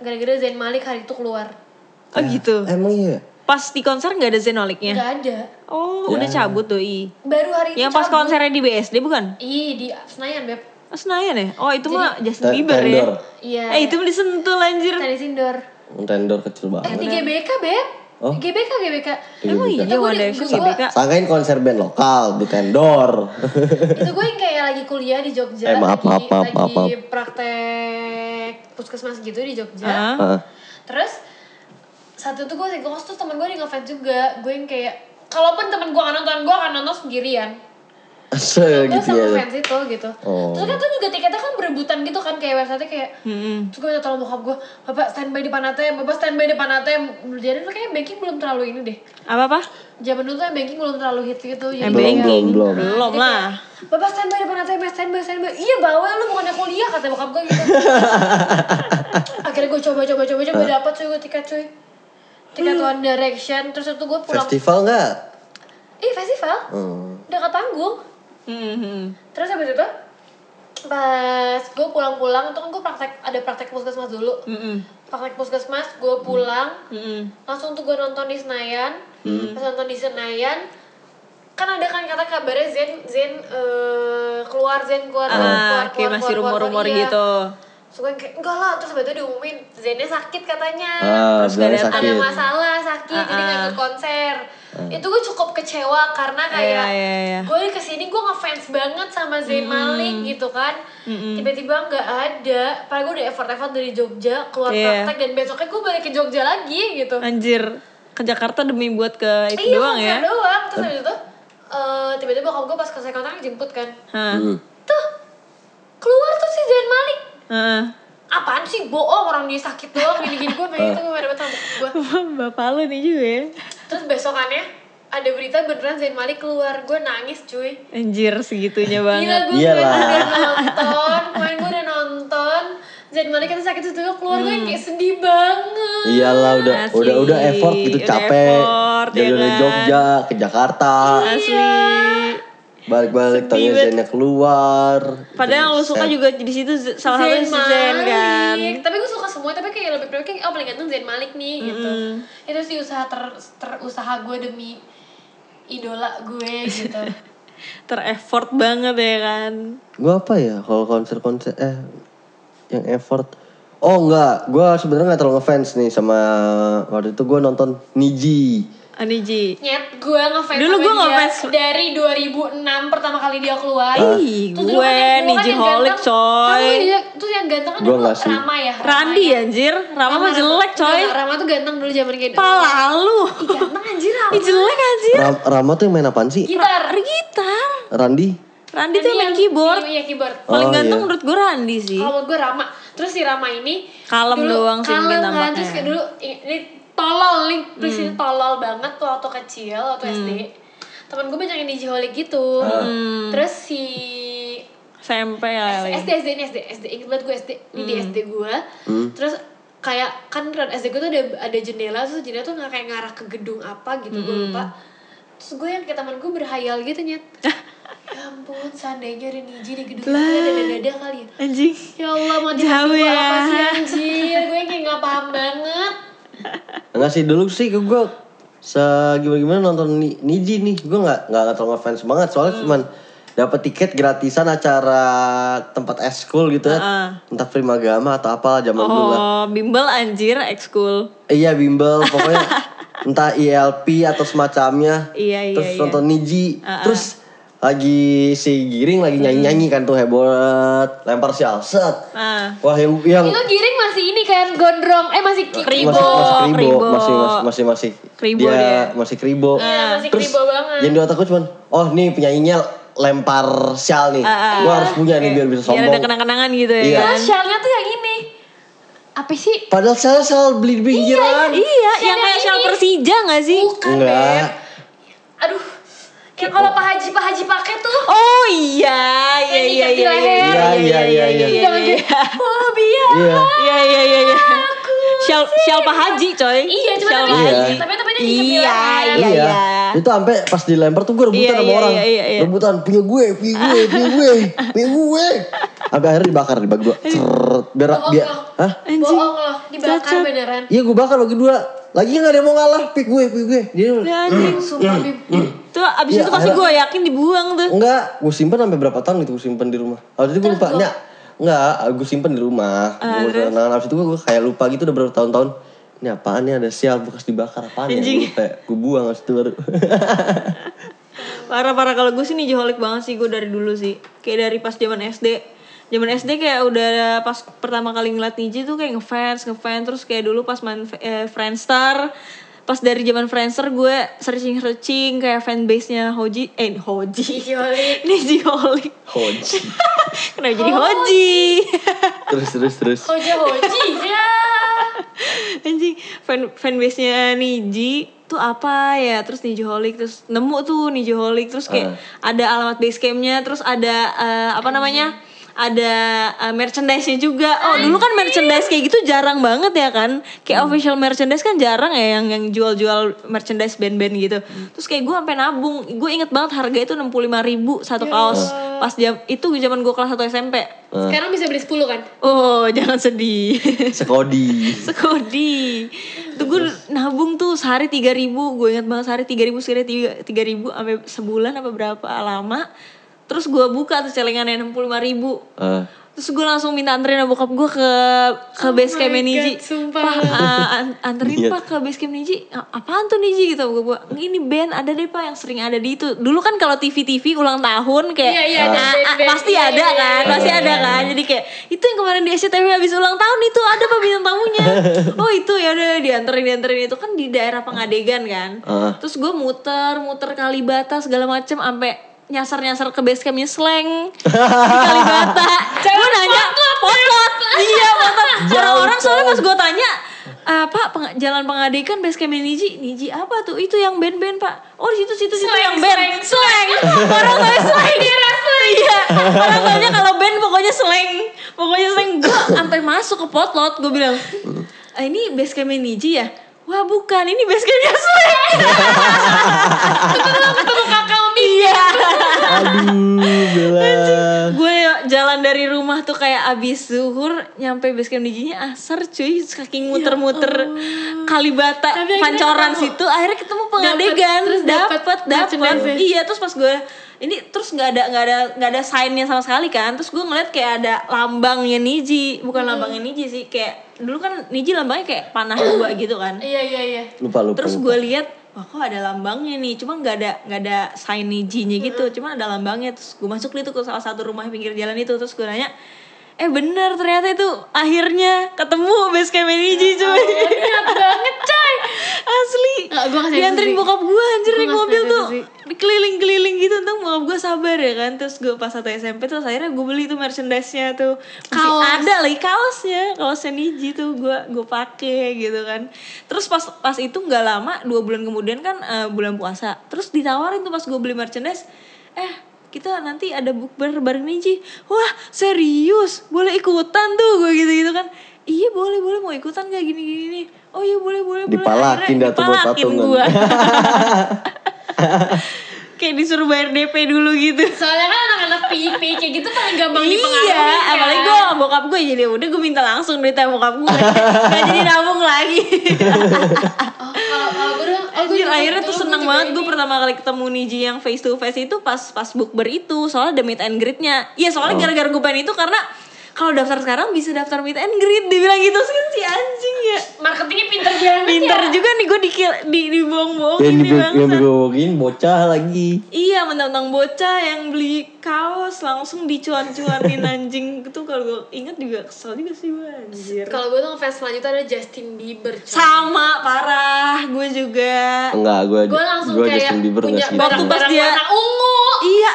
[SPEAKER 4] Gara-gara Zayn Malik hari itu keluar.
[SPEAKER 2] Ya.
[SPEAKER 1] Oh gitu.
[SPEAKER 2] Emang iya.
[SPEAKER 1] Pas di konser nggak ada Zenoliknya.
[SPEAKER 4] Gak ada.
[SPEAKER 1] Oh,
[SPEAKER 2] Ya.
[SPEAKER 1] udah cabut doi.
[SPEAKER 4] Baru hari itu
[SPEAKER 1] Iya. Yang pas
[SPEAKER 4] cabut.
[SPEAKER 1] konsernya di BSD bukan?
[SPEAKER 4] Ih, di Senayan, Beb.
[SPEAKER 1] Oh, Senayan ya? Oh, itu mah Justin
[SPEAKER 2] Te-
[SPEAKER 1] Bieber ya.
[SPEAKER 2] Tendor.
[SPEAKER 4] Iya.
[SPEAKER 1] Eh, itu mah disentul anjir.
[SPEAKER 2] Iya,
[SPEAKER 4] Tenis indoor.
[SPEAKER 2] Tendor kecil
[SPEAKER 4] Eh,
[SPEAKER 2] banget.
[SPEAKER 4] di GBK, Beb.
[SPEAKER 2] Oh.
[SPEAKER 4] GBK, GBK.
[SPEAKER 1] Emang
[SPEAKER 2] Iya,
[SPEAKER 1] iya
[SPEAKER 4] gua
[SPEAKER 1] One
[SPEAKER 4] di-
[SPEAKER 1] Direction
[SPEAKER 4] gua-
[SPEAKER 1] GBK.
[SPEAKER 2] Sangkain konser band lokal di Tendor.
[SPEAKER 4] itu gue yang kayak lagi kuliah di Jogja.
[SPEAKER 2] Eh, maaf, maaf,
[SPEAKER 4] lagi,
[SPEAKER 2] maaf, maaf,
[SPEAKER 4] lagi
[SPEAKER 2] maaf.
[SPEAKER 4] praktek puskesmas gitu di Jogja.
[SPEAKER 1] Hah?
[SPEAKER 2] Heeh.
[SPEAKER 4] Terus satu tuh gue ngekos tuh temen gue di ngefans juga Gue yang kayak Kalaupun temen gue akan nonton, gue akan nonton sendirian
[SPEAKER 2] Se
[SPEAKER 4] Gue
[SPEAKER 2] gitu
[SPEAKER 4] sama
[SPEAKER 2] ya.
[SPEAKER 4] fans itu gitu
[SPEAKER 2] Oh.
[SPEAKER 4] Terus kan tuh juga tiketnya kan berebutan gitu kan Kayak website kayak
[SPEAKER 1] Mm-mm.
[SPEAKER 4] Terus gue minta tolong bokap gue Bapak standby di panatem, bapak standby di panatem Jadi tuh kayak banking belum terlalu ini deh
[SPEAKER 1] Apa apa?
[SPEAKER 4] Zaman dulu tuh yang banking belum terlalu hits gitu Jadi
[SPEAKER 2] Belum,
[SPEAKER 1] Banking.
[SPEAKER 2] belum, belum.
[SPEAKER 1] Belum lah.
[SPEAKER 4] Bapak standby di panatem, ya, standby, standby Iya bawel lu bukannya kuliah kata bokap gue gitu Akhirnya gue coba, coba, coba, coba dapet cuy gue tiket cuy Tiket One Direction, terus itu gue pulang
[SPEAKER 2] Festival enggak?
[SPEAKER 4] Ih festival
[SPEAKER 2] Hmm.
[SPEAKER 4] dekat panggung.
[SPEAKER 1] Hmm.
[SPEAKER 4] Terus habis itu pas gue pulang-pulang tuh kan gue praktek ada praktek puskesmas dulu.
[SPEAKER 1] Mm-mm.
[SPEAKER 4] Praktek puskesmas gue pulang
[SPEAKER 1] Mm-mm.
[SPEAKER 4] langsung tuh gue nonton di Senayan.
[SPEAKER 1] Hmm.
[SPEAKER 4] Pas nonton di Senayan kan ada kan kata kabarnya Zen Zen eh, keluar Zen keluar
[SPEAKER 1] Ah,
[SPEAKER 4] keluar
[SPEAKER 1] kayak masih rumor-rumor
[SPEAKER 4] keluar, iya.
[SPEAKER 1] gitu.
[SPEAKER 4] Terus gue yang kayak enggak lah terus habis itu diumumin Zennya sakit katanya.
[SPEAKER 2] Ah,
[SPEAKER 1] Nah, Terus nggak
[SPEAKER 2] bilangnya
[SPEAKER 1] datang.
[SPEAKER 2] sakit.
[SPEAKER 4] ada masalah sakit jadi nggak ikut konser itu gue cukup kecewa karena
[SPEAKER 1] Ah, Iya,
[SPEAKER 4] kayak
[SPEAKER 1] iya, iya.
[SPEAKER 4] gue kesini gue ngefans banget sama Zayn Malik gitu kan tiba-tiba nggak ada padahal gue udah effort-effort dari Jogja keluar
[SPEAKER 1] Iya.
[SPEAKER 4] praktek dan besoknya gue balik ke Jogja lagi gitu
[SPEAKER 1] Anjir, ke Jakarta demi buat ke itu
[SPEAKER 4] iya
[SPEAKER 1] doang
[SPEAKER 4] konser
[SPEAKER 1] ya.
[SPEAKER 4] doang terus habis itu eh, tiba-tiba kalau gue pas konser konser jemput kan
[SPEAKER 1] Hah.
[SPEAKER 2] Hmm.
[SPEAKER 4] tuh keluar tuh si Zayn Malik
[SPEAKER 1] Heeh.
[SPEAKER 4] apaan sih bohong orang dia sakit doang gini-gini gue pengen itu gue dapat gue
[SPEAKER 1] Bapak lu nih juga ya.
[SPEAKER 4] Terus besokannya ada berita beneran Zain Malik keluar, gue nangis cuy.
[SPEAKER 1] Anjir segitunya
[SPEAKER 4] Gila
[SPEAKER 1] banget.
[SPEAKER 4] gue kemarin
[SPEAKER 2] Iyalah.
[SPEAKER 4] udah nonton, kemarin gue udah nonton. Zain Malik kan sakit itu keluar gue yang kayak sedih banget.
[SPEAKER 2] Iyalah udah
[SPEAKER 1] Asli.
[SPEAKER 2] udah udah effort gitu
[SPEAKER 1] Udah
[SPEAKER 2] capek.
[SPEAKER 1] effort,
[SPEAKER 2] Dari
[SPEAKER 1] ya
[SPEAKER 2] dari
[SPEAKER 1] kan?
[SPEAKER 2] Jogja ke Jakarta,
[SPEAKER 4] iya.
[SPEAKER 1] Asli. Sedih
[SPEAKER 2] balik-balik tanya
[SPEAKER 1] banget.
[SPEAKER 2] Zainnya keluar.
[SPEAKER 1] Padahal lu
[SPEAKER 2] Terus
[SPEAKER 1] suka
[SPEAKER 2] set.
[SPEAKER 1] juga di situ Z- salah satu si Zen kan.
[SPEAKER 4] Tapi gue suka semua, tapi kayak lebih prioritas kayak oh paling ganteng Zain Malik nih gitu. Itu sih usaha ter terusaha gue demi idola gue gitu.
[SPEAKER 1] Ter-effort banget ya kan.
[SPEAKER 2] Gua apa ya kalau konser-konser eh yang effort Oh enggak, gua sebenarnya nggak terlalu ngefans nih sama waktu itu gua nonton Niji.
[SPEAKER 1] Oniji.
[SPEAKER 4] Nyet, gue ngefans
[SPEAKER 1] Dulu
[SPEAKER 4] sama
[SPEAKER 1] gue
[SPEAKER 4] dia
[SPEAKER 1] ngefans-
[SPEAKER 4] dari 2006 pertama kali dia keluar.
[SPEAKER 1] Ih,
[SPEAKER 4] Terus
[SPEAKER 1] gue
[SPEAKER 4] dulu kan yang- dulu kan yang
[SPEAKER 1] Nijiholic,
[SPEAKER 4] ganteng-
[SPEAKER 1] coy.
[SPEAKER 4] Sama dia- Terus yang ganteng kan
[SPEAKER 2] Gua
[SPEAKER 4] dulu
[SPEAKER 2] nggak sih.
[SPEAKER 4] Rama ya.
[SPEAKER 1] Randi anjir, Rama mah jelek coy.
[SPEAKER 4] Enggak, Rama tuh ganteng dulu zaman kayak
[SPEAKER 1] Pala lu.
[SPEAKER 4] Ih, ganteng anjir Rama.
[SPEAKER 1] Ih jelek anjir.
[SPEAKER 2] Ra- Rama tuh yang main apaan sih?
[SPEAKER 4] Gitar.
[SPEAKER 1] Gitar.
[SPEAKER 2] Randi?
[SPEAKER 1] Randi tuh
[SPEAKER 4] Tadi
[SPEAKER 1] main
[SPEAKER 4] yang-
[SPEAKER 1] keyboard.
[SPEAKER 4] Iya, keyboard.
[SPEAKER 1] Paling
[SPEAKER 2] Oh,
[SPEAKER 1] ganteng
[SPEAKER 2] iya.
[SPEAKER 1] menurut gue Randi sih.
[SPEAKER 4] Kalau menurut gue Rama, terus si Rama ini
[SPEAKER 1] Kalem doang sih mungkin
[SPEAKER 4] kalem kan,
[SPEAKER 1] tampaknya.
[SPEAKER 4] terus kayak dulu i- ini tolol nih, please
[SPEAKER 1] Hmm.
[SPEAKER 4] ini tolol banget tuh waktu kecil, waktu SD. Temen gue banyak yang dijiholik gitu. Terus si
[SPEAKER 1] SMP Hmm. kali. Hmm.
[SPEAKER 4] SD SD ini SD SD inget banget gue SD ini di SD gue. Terus kayak kan kan SD gue tuh ada ada jendela terus jendela tuh nggak kayak ngarah ke gedung apa gitu
[SPEAKER 1] Hmm.
[SPEAKER 4] gue lupa. Terus gue yang ke temen gue berhayal gitu nyet. ya ampun, seandainya ada Niji di gedung itu ada dada kali ya.
[SPEAKER 1] Anjing.
[SPEAKER 4] Ya Allah motivasi
[SPEAKER 1] Jauh
[SPEAKER 4] gue
[SPEAKER 1] ya.
[SPEAKER 4] apa sih anjir Gue kayak gak paham banget
[SPEAKER 2] Enggak sih dulu sih gue se gimana gimana nonton Ni- Niji nih gue nggak nggak terlalu ngefans banget soalnya cuman dapat tiket gratisan acara tempat eskul gitu ya entah primagama atau apa zaman dulu lah
[SPEAKER 1] Oh, bimbel anjir ekskul.
[SPEAKER 2] iya bimbel pokoknya entah ILP atau semacamnya
[SPEAKER 1] Iya, iya,
[SPEAKER 2] terus
[SPEAKER 1] iya.
[SPEAKER 2] nonton Niji terus lagi si Giring
[SPEAKER 1] Hmm.
[SPEAKER 2] lagi nyanyi nyanyi kan tuh hebat lempar si Alset
[SPEAKER 1] Ah.
[SPEAKER 2] wah yang yang
[SPEAKER 4] Itu giring masih ini kan gondrong Eh masih ki-
[SPEAKER 1] Kribo.
[SPEAKER 2] masih masih kribo,
[SPEAKER 1] kribo.
[SPEAKER 2] masih masih masih masih
[SPEAKER 1] Kribo
[SPEAKER 2] dia,
[SPEAKER 1] dia.
[SPEAKER 2] masih kribo
[SPEAKER 4] Iya, masih kribo banget.
[SPEAKER 2] yang di otakku cuman oh nih penyanyinya lempar sial nih
[SPEAKER 1] Ah, ah.
[SPEAKER 2] gua harus punya Iya nih
[SPEAKER 1] Kayak-
[SPEAKER 2] biar bisa
[SPEAKER 1] Biar ada
[SPEAKER 2] sombong
[SPEAKER 1] kenang-kenangan gitu ya
[SPEAKER 2] Iya.
[SPEAKER 1] kan.
[SPEAKER 4] Terus Nah, shellnya tuh yang ini Apa sih?
[SPEAKER 2] padahal sial sial beli di
[SPEAKER 1] Iya, kan,
[SPEAKER 2] pinggiran
[SPEAKER 4] Shell
[SPEAKER 1] yang kayak
[SPEAKER 4] yang
[SPEAKER 1] shell
[SPEAKER 4] ini.
[SPEAKER 1] Persija gak sih?
[SPEAKER 4] Bukan
[SPEAKER 2] Enggak.
[SPEAKER 4] Beb. Aduh Yang kalau Pak Haji Pak Haji pakai tuh
[SPEAKER 1] Oh iya, iya
[SPEAKER 4] Yang
[SPEAKER 1] iya
[SPEAKER 4] ikat di
[SPEAKER 1] iya iya
[SPEAKER 4] leher.
[SPEAKER 2] Iya, iya, iya,
[SPEAKER 1] iya
[SPEAKER 4] Udah lanjut. Oh biar
[SPEAKER 2] iya
[SPEAKER 1] iya iya iya iya. Shell shell Pak Haji coy.
[SPEAKER 4] Iya, cuma
[SPEAKER 1] Shell
[SPEAKER 4] tapi-
[SPEAKER 1] Pak
[SPEAKER 2] iya.
[SPEAKER 1] Haji.
[SPEAKER 4] tapi- tapi dia kan. diikat di
[SPEAKER 1] Iya
[SPEAKER 4] leher.
[SPEAKER 1] iya
[SPEAKER 2] iya.
[SPEAKER 1] iya.
[SPEAKER 2] itu sampai pas dilempar tuh gue rebutan
[SPEAKER 1] Iya,
[SPEAKER 2] sama
[SPEAKER 1] iya,
[SPEAKER 2] orang
[SPEAKER 1] iya, iya, iya.
[SPEAKER 2] rebutan punya gue punya gue punya gue punya gue sampai akhirnya dibakar dibakar gue
[SPEAKER 1] Iya.
[SPEAKER 2] Cerrrt. biar
[SPEAKER 4] Bohong
[SPEAKER 2] biar
[SPEAKER 4] loh
[SPEAKER 2] hah
[SPEAKER 1] Anjing.
[SPEAKER 4] Bohong loh Dibakar
[SPEAKER 1] Cacat.
[SPEAKER 4] beneran
[SPEAKER 2] iya gue bakar lagi dua lagi nggak ada yang mau ngalah pik gue pik gue dia
[SPEAKER 1] Anjing.
[SPEAKER 4] Sumpah Bib
[SPEAKER 1] Tuh abis
[SPEAKER 2] Iya,
[SPEAKER 1] itu pasti
[SPEAKER 2] ada.
[SPEAKER 1] gue yakin dibuang tuh.
[SPEAKER 2] Enggak, gue simpen sampai berapa tahun gitu gue simpen di rumah. Waktu itu gue lupa, Nyak. Enggak, gue simpen di rumah.
[SPEAKER 1] Ah,
[SPEAKER 2] Gue tenangan abis itu gue gue kayak lupa gitu udah berapa tahun-tahun. Ini apaan nih ada sial bekas dibakar apaan ya?
[SPEAKER 1] Anjing.
[SPEAKER 2] Gue kayak gue buang abis itu baru.
[SPEAKER 1] Parah-parah kalau gue sih nijoholik banget sih gue dari dulu sih. Kayak dari pas zaman SD. Zaman SD kayak udah pas pertama kali ngeliat Niji tuh kayak ngefans, ngefans terus kayak dulu pas main eh, Friendster pas dari zaman Friendster gue searching searching kayak fanbase-nya Hoji eh Hoji
[SPEAKER 4] Dijolik.
[SPEAKER 1] Nijiholik
[SPEAKER 2] Hoji.
[SPEAKER 1] kenapa jadi Hoji
[SPEAKER 2] terus terus terus.
[SPEAKER 4] Hoja Hoji ya
[SPEAKER 1] anjing fan fanbase-nya Niji tuh apa ya terus Nijiholik terus nemu tuh Nijiholik terus kayak
[SPEAKER 2] Ah.
[SPEAKER 1] ada alamat basecampnya terus ada eh, apa namanya ada eh, merchandise-nya juga oh dulu kan merchandise kayak gitu jarang banget ya kan kayak official merchandise kan jarang ya yang yang jual-jual merchandise band-band gitu terus kayak gue sampai nabung gue inget banget harga itu enam puluh ribu satu kaos pas jam itu zaman gue kelas 1 SMP
[SPEAKER 4] Sekarang bisa beli 10 kan?
[SPEAKER 1] oh jangan sedih
[SPEAKER 2] Sekodi.
[SPEAKER 1] Sekodi. Tuh gue nabung tuh sehari 3000 Gue ingat banget sehari 3000 ribu, sehari tiga ribu sampai sebulan apa berapa lama. Terus gue buka tuh celengannya 65 ribu.
[SPEAKER 2] Eh,
[SPEAKER 1] Terus gue langsung minta anterin sama bokap gue ke ke base camp
[SPEAKER 4] Oh my
[SPEAKER 1] Niji.
[SPEAKER 4] God, sumpah.
[SPEAKER 1] Pak, eh, an- anterin
[SPEAKER 2] Iya.
[SPEAKER 1] pak ke base camp Niji. "A- Apaan tuh Niji gitu gue gue. Ini band ada deh pak yang sering ada di itu. Dulu kan kalau TV TV ulang tahun kayak
[SPEAKER 4] Iya, iya, ada
[SPEAKER 1] "Ah, ah,"
[SPEAKER 4] band-band.
[SPEAKER 1] pasti
[SPEAKER 4] Iya,
[SPEAKER 1] ada
[SPEAKER 4] iya, iya,
[SPEAKER 1] kan,
[SPEAKER 4] iya.
[SPEAKER 1] pasti ada kan. Jadi kayak itu yang kemarin di SCTV habis ulang tahun itu ada pak bintang tamunya. oh itu ya udah dianterin dianterin itu kan di daerah Pengadegan kan.
[SPEAKER 2] Ah.
[SPEAKER 1] Terus gue muter muter Kalibata segala macem sampai nyasar-nyasar ke base campnya Sleng di Kalibata. gue nanya potlot, iya potlot. Orang-orang soalnya pas gue tanya apa peng- jalan pengadekan base camp Niji Niji apa tuh itu yang band-band pak oh di situ situ situ
[SPEAKER 4] Sleng,
[SPEAKER 1] yang band sleng orang tanya sleng dia wrestling iya orang tanya kalau band pokoknya sleng pokoknya sleng gue sampai masuk ke potlot gue bilang "Ah, ini base campnya Niji ya wah bukan ini base campnya sleng
[SPEAKER 4] Ketemu kakak Umi
[SPEAKER 1] iya
[SPEAKER 2] Aduh, Bella.
[SPEAKER 4] Iya.
[SPEAKER 1] gue jalan dari rumah tuh kayak abis zuhur nyampe base camp Nijinya asar cuy terus kaki muter-muter kalibata
[SPEAKER 4] Ya Tapi akhirnya
[SPEAKER 1] pancoran
[SPEAKER 4] ketemu.
[SPEAKER 1] situ akhirnya ketemu pengadegan
[SPEAKER 4] terus dapet
[SPEAKER 1] dapet dapet
[SPEAKER 4] merchandise-nya.
[SPEAKER 1] iya terus pas gue ini terus nggak ada nggak ada nggak ada signnya sama sekali kan terus gue ngeliat kayak ada lambangnya Niji bukan
[SPEAKER 4] Hmm.
[SPEAKER 1] lambangnya Niji sih kayak dulu kan Niji lambangnya kayak panah dua gitu kan
[SPEAKER 4] Iya iya iya
[SPEAKER 2] Lupa lupa.
[SPEAKER 1] terus
[SPEAKER 2] lupa.
[SPEAKER 1] gue lihat wah kok ada lambangnya nih cuman nggak ada nggak ada signage-nya gitu cuman ada lambangnya terus gue masuk itu ke salah satu rumah pinggir jalan itu terus gue nanya eh bener ternyata itu akhirnya ketemu base camp Niji cuy
[SPEAKER 4] Niat banget coy
[SPEAKER 1] asli
[SPEAKER 4] Nggak, gua nggak sadar
[SPEAKER 1] dianterin
[SPEAKER 4] sih.
[SPEAKER 1] bokap gue anjir
[SPEAKER 4] Gua
[SPEAKER 1] naik
[SPEAKER 4] nggak
[SPEAKER 1] mobil
[SPEAKER 4] sadar
[SPEAKER 1] tuh
[SPEAKER 4] sih.
[SPEAKER 1] keliling-keliling gitu tentang bokap gue sabar ya kan terus gue pas satu SMP terus akhirnya gue beli tuh merchandise-nya tuh masih
[SPEAKER 4] Kaos.
[SPEAKER 1] ada lagi kaosnya kaosnya Niji tuh gue gue pake gitu kan terus pas pas itu nggak lama dua bulan kemudian kan eh, bulan puasa terus ditawarin tuh pas gue beli merchandise eh kita nanti ada bukber bareng Niji wah serius boleh ikutan tuh gue gitu gitu kan iya boleh boleh mau ikutan gak gini gini gini. oh iya boleh boleh boleh.
[SPEAKER 2] Dipalakin
[SPEAKER 1] Akhirnya
[SPEAKER 2] dah tuh buat
[SPEAKER 1] dipalakin
[SPEAKER 2] patungan.
[SPEAKER 1] gua. kayak disuruh bayar DP dulu gitu
[SPEAKER 4] Soalnya kan anak-anak pipi kayak gitu paling gampang dipengaruhi
[SPEAKER 1] iya
[SPEAKER 4] kan?
[SPEAKER 1] apalagi gue sama bokap gue jadi udah gue minta langsung duit sama bokap gue gak jadi nabung lagi
[SPEAKER 4] Oh, kalau kalau gue dong, oh, gua
[SPEAKER 1] Anjir
[SPEAKER 4] juga-
[SPEAKER 1] akhirnya tuh
[SPEAKER 4] dulu gua
[SPEAKER 1] seneng
[SPEAKER 4] juga
[SPEAKER 1] banget gue
[SPEAKER 4] ini.
[SPEAKER 1] pertama kali ketemu Niji yang face to face itu pas pas bukber itu soalnya ada meet and greetnya iya
[SPEAKER 2] Oh.
[SPEAKER 1] soalnya gara-gara gue pengen itu karena kalau daftar sekarang bisa daftar meet and greet dibilang gitu sih si anjing ya
[SPEAKER 4] Marketingnya pinter banget
[SPEAKER 1] pinter
[SPEAKER 4] ya.
[SPEAKER 1] juga nih gue di di dibohong-bohongin
[SPEAKER 2] Yang
[SPEAKER 1] nih
[SPEAKER 2] dibi- yang
[SPEAKER 1] bangsa.
[SPEAKER 2] dibohongin bocah lagi.
[SPEAKER 1] Iya, mentang-mentang bocah yang beli kaos langsung dicuan-cuanin anjing itu kalau gue inget juga kesel juga sih gue anjir.
[SPEAKER 4] Kalau gue tuh ngefans selanjutnya ada Justin Bieber. coy.
[SPEAKER 1] Sama parah, gue juga.
[SPEAKER 2] Enggak, gue
[SPEAKER 4] Gue langsung kayak
[SPEAKER 2] Justin Bieber gitu.
[SPEAKER 4] punya
[SPEAKER 2] nggak sih.
[SPEAKER 1] barang-
[SPEAKER 4] barang-barang
[SPEAKER 1] dia-
[SPEAKER 4] warna ungu.
[SPEAKER 1] Iya,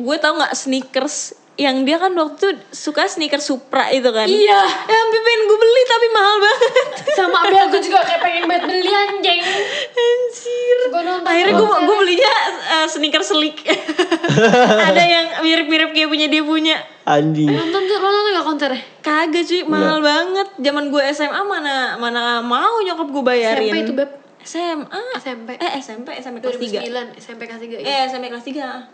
[SPEAKER 1] gue tau nggak sneakers yang dia kan waktu itu suka sneakers Supra itu kan.
[SPEAKER 4] Iya.
[SPEAKER 1] Ya hampir pengen gue beli tapi mahal banget.
[SPEAKER 4] Sama Abel gue juga kayak pengen banget beli anjing.
[SPEAKER 1] Anjir.
[SPEAKER 4] Gua nonton
[SPEAKER 1] Akhirnya gue
[SPEAKER 4] konsernya.
[SPEAKER 1] gue belinya eh, sneakers sleek. Ada yang mirip-mirip kayak punya dia punya.
[SPEAKER 2] Anjing.
[SPEAKER 4] Nonton tuh, lo nonton gak konsernya?
[SPEAKER 1] Kagak cuy, mahal banget. Zaman gue SMA mana mana mau nyokap gue bayarin.
[SPEAKER 4] SMP itu, Beb.
[SPEAKER 1] SMA.
[SPEAKER 4] SMP.
[SPEAKER 1] Eh SMP, SMP kelas 3.
[SPEAKER 4] 2009, SMP kelas 3
[SPEAKER 1] Eh SMP kelas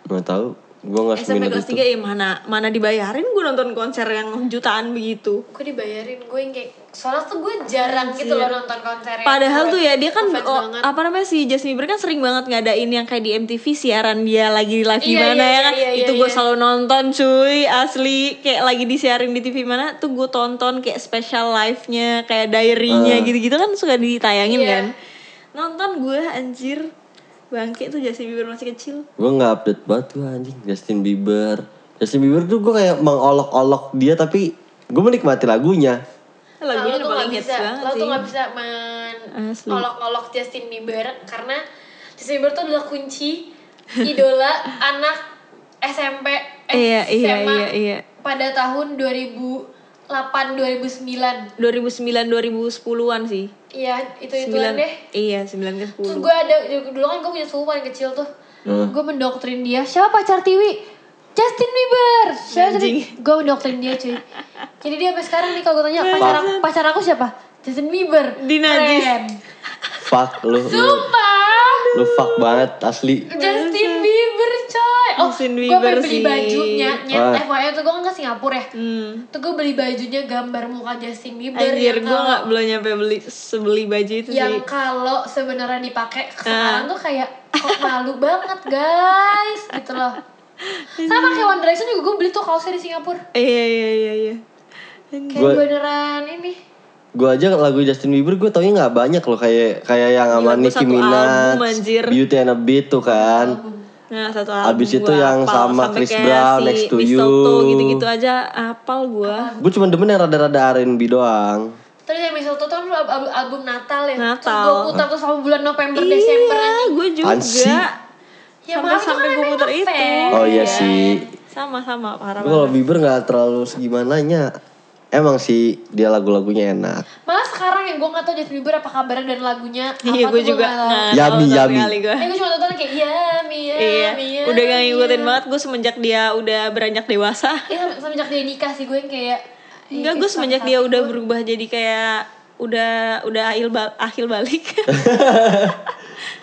[SPEAKER 1] 3.
[SPEAKER 2] Nggak tahu. Gue nggak
[SPEAKER 1] SMP
[SPEAKER 2] seminat
[SPEAKER 1] kelas
[SPEAKER 2] itu.
[SPEAKER 1] 3 ya mana mana dibayarin gue nonton konser yang jutaan begitu.
[SPEAKER 4] gue dibayarin gue yang kayak soalnya tuh gue jarang gitu loh nonton konser
[SPEAKER 1] Padahal tuh ya dia kan
[SPEAKER 4] Ngefans
[SPEAKER 1] oh,
[SPEAKER 4] Iya. banget.
[SPEAKER 1] apa namanya si Justin Bieber kan sering banget ngadain yang kayak di MTV siaran dia lagi di live
[SPEAKER 4] Iya,
[SPEAKER 1] gimana
[SPEAKER 4] iya,
[SPEAKER 1] ya kan.
[SPEAKER 4] iya, iya,
[SPEAKER 1] itu gue
[SPEAKER 4] iya.
[SPEAKER 1] selalu nonton cuy asli kayak lagi disiarin di TV mana tuh gue tonton kayak special live-nya kayak diary-nya gitu-gitu kan suka ditayangin
[SPEAKER 4] Iya.
[SPEAKER 1] kan. Nonton gue anjir bangke tuh Justin Bieber masih kecil.
[SPEAKER 2] Gue nggak update banget gue anjing Justin Bieber. Justin Bieber tuh gue kayak mengolok-olok dia tapi gue menikmati lagunya.
[SPEAKER 4] Nah,
[SPEAKER 1] Lagunya udah
[SPEAKER 4] lo tuh
[SPEAKER 1] paling
[SPEAKER 4] gak
[SPEAKER 1] hits
[SPEAKER 4] bisa
[SPEAKER 1] banget
[SPEAKER 4] lo
[SPEAKER 1] sih.
[SPEAKER 4] tuh gak bisa
[SPEAKER 1] Asli.
[SPEAKER 4] mengolok-olok Justin Bieber karena Justin Bieber tuh adalah kunci idola anak SMP eh,
[SPEAKER 1] Iya, iya,
[SPEAKER 4] SMA
[SPEAKER 1] iya, iya.
[SPEAKER 4] pada tahun 2008 2009
[SPEAKER 1] 2009 2010-an sih.
[SPEAKER 4] iya itu
[SPEAKER 1] Sembilan-
[SPEAKER 4] ituan deh
[SPEAKER 1] Iya, 9 ke 10.
[SPEAKER 4] Terus gue ada dulu kan gue punya sepupu paling kecil tuh.
[SPEAKER 2] Hmm.
[SPEAKER 4] Gue mendoktrin dia, siapa pacar Tiwi? Justin Bieber. Siapa
[SPEAKER 1] Anjing.
[SPEAKER 4] Gue mendoktrin dia cuy. Jadi dia sampai sekarang nih kalau gue tanya pacar aku, pacar aku siapa? Justin Bieber.
[SPEAKER 1] Dinajis.
[SPEAKER 4] Keren.
[SPEAKER 2] Fuck lu, lu,
[SPEAKER 4] Sumpah.
[SPEAKER 2] lu fuck banget asli.
[SPEAKER 4] Justin Bieber coy. Oh,
[SPEAKER 1] Justin
[SPEAKER 4] gue
[SPEAKER 1] Bieber
[SPEAKER 4] pengen beli
[SPEAKER 1] sih.
[SPEAKER 4] bajunya. Nyet,
[SPEAKER 2] Wah.
[SPEAKER 4] FYI tuh gue kan ke Singapura ya.
[SPEAKER 1] Hmm.
[SPEAKER 4] Tuh gue beli bajunya gambar muka Justin Bieber.
[SPEAKER 1] Anjir,
[SPEAKER 4] yang
[SPEAKER 1] gue
[SPEAKER 4] kalau-
[SPEAKER 1] gak belum nyampe beli sebeli baju itu
[SPEAKER 4] yang
[SPEAKER 1] sih. Ah.
[SPEAKER 4] kalau sebenarnya dipakai sekarang tuh kayak kok malu banget guys gitu loh sama kayak One Direction juga gue beli tuh kaosnya di Singapura
[SPEAKER 1] Iya, iya, iya, iya.
[SPEAKER 4] kayak
[SPEAKER 2] Gua-
[SPEAKER 4] beneran ini
[SPEAKER 2] Gue aja lagu Justin Bieber gue taunya nggak banyak loh kayak kayak yang
[SPEAKER 1] Gila,
[SPEAKER 2] sama
[SPEAKER 1] gua
[SPEAKER 2] Nicki
[SPEAKER 1] satu
[SPEAKER 2] Minaj,
[SPEAKER 1] album, anjir.
[SPEAKER 2] Beauty and a Beat tuh kan.
[SPEAKER 1] Nah, satu album
[SPEAKER 2] Abis itu
[SPEAKER 1] gua
[SPEAKER 2] yang
[SPEAKER 1] hafal,
[SPEAKER 2] sama
[SPEAKER 1] sampai
[SPEAKER 2] Chris
[SPEAKER 1] kayak
[SPEAKER 2] Brown, Next to
[SPEAKER 1] Mistletoe
[SPEAKER 2] You.
[SPEAKER 1] gitu-gitu aja apal gue.
[SPEAKER 2] Gue cuma demen yang rada-rada R&B doang.
[SPEAKER 4] terus yang misal tuh album, album, album Natal ya terus
[SPEAKER 1] Natal.
[SPEAKER 4] gue putar tuh sama bulan November Desember
[SPEAKER 1] iya,
[SPEAKER 4] anjing.
[SPEAKER 1] gue
[SPEAKER 2] Ansi.
[SPEAKER 1] juga.
[SPEAKER 4] ya
[SPEAKER 1] Sampai-
[SPEAKER 4] maaf itu
[SPEAKER 1] sampai
[SPEAKER 4] kan
[SPEAKER 1] gua
[SPEAKER 4] emang
[SPEAKER 1] puter itu.
[SPEAKER 4] ngefans.
[SPEAKER 2] Oh iya sih.
[SPEAKER 1] Sama-sama, parah
[SPEAKER 2] Gue kalau
[SPEAKER 1] banget.
[SPEAKER 2] Bieber nggak terlalu segimananya. Emang sih dia lagu-lagunya enak.
[SPEAKER 4] malah sekarang yang gue nggak tahu Justin Bieber apa kabarnya dan lagunya apa
[SPEAKER 1] Iya,
[SPEAKER 4] tuh
[SPEAKER 1] gue juga.
[SPEAKER 4] nggak tahu.
[SPEAKER 1] nggak
[SPEAKER 2] Yummy,
[SPEAKER 1] tahu sama
[SPEAKER 2] yummy.
[SPEAKER 1] sekali gua.
[SPEAKER 4] Eh, gue cuma tonton kayak yummy
[SPEAKER 1] Iya,
[SPEAKER 4] yummy yummy
[SPEAKER 1] udah gak ngikutin banget gue semenjak dia udah beranjak dewasa.
[SPEAKER 4] Iya, semenjak dia nikah sih gue yang kayak
[SPEAKER 1] Enggak, gue semenjak dia udah berubah jadi kayak udah udah akhil, ba- akhil balik.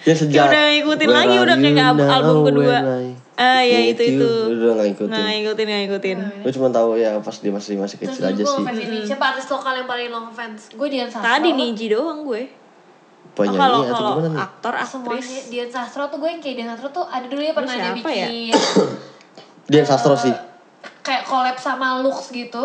[SPEAKER 2] Ya sejak
[SPEAKER 1] Kayak udah ngikutin
[SPEAKER 2] Where
[SPEAKER 1] lagi
[SPEAKER 2] Are
[SPEAKER 1] udah
[SPEAKER 2] You
[SPEAKER 1] kayak album,
[SPEAKER 2] Now,
[SPEAKER 1] album kedua.
[SPEAKER 2] Where I
[SPEAKER 1] Ah ya
[SPEAKER 2] Meet
[SPEAKER 1] itu
[SPEAKER 2] You.
[SPEAKER 1] itu.
[SPEAKER 2] Udah gak ngikutin.
[SPEAKER 1] Nah, ngikutin nggak ngikutin.
[SPEAKER 4] Iya.
[SPEAKER 2] Gue cuma tahu ya pas dia masih masih kecil aja sih.
[SPEAKER 1] Oh,
[SPEAKER 4] Gue ngefans siapa artis lokal yang paling long fans? Gue Dian Sastro.
[SPEAKER 1] Tadi Niji doang gue. Oh,
[SPEAKER 2] Penyanyi
[SPEAKER 1] Kalau
[SPEAKER 2] atau
[SPEAKER 1] kalau
[SPEAKER 2] gimana nih?
[SPEAKER 1] aktor
[SPEAKER 4] Semuanya
[SPEAKER 1] aktris
[SPEAKER 4] Dian Sastro tuh gue yang kayak Dian Sastro tuh ada dulu ya pernah dia
[SPEAKER 1] siapa ya?
[SPEAKER 4] bikin
[SPEAKER 2] Dia sastro sih.
[SPEAKER 4] kayak collab sama Lux gitu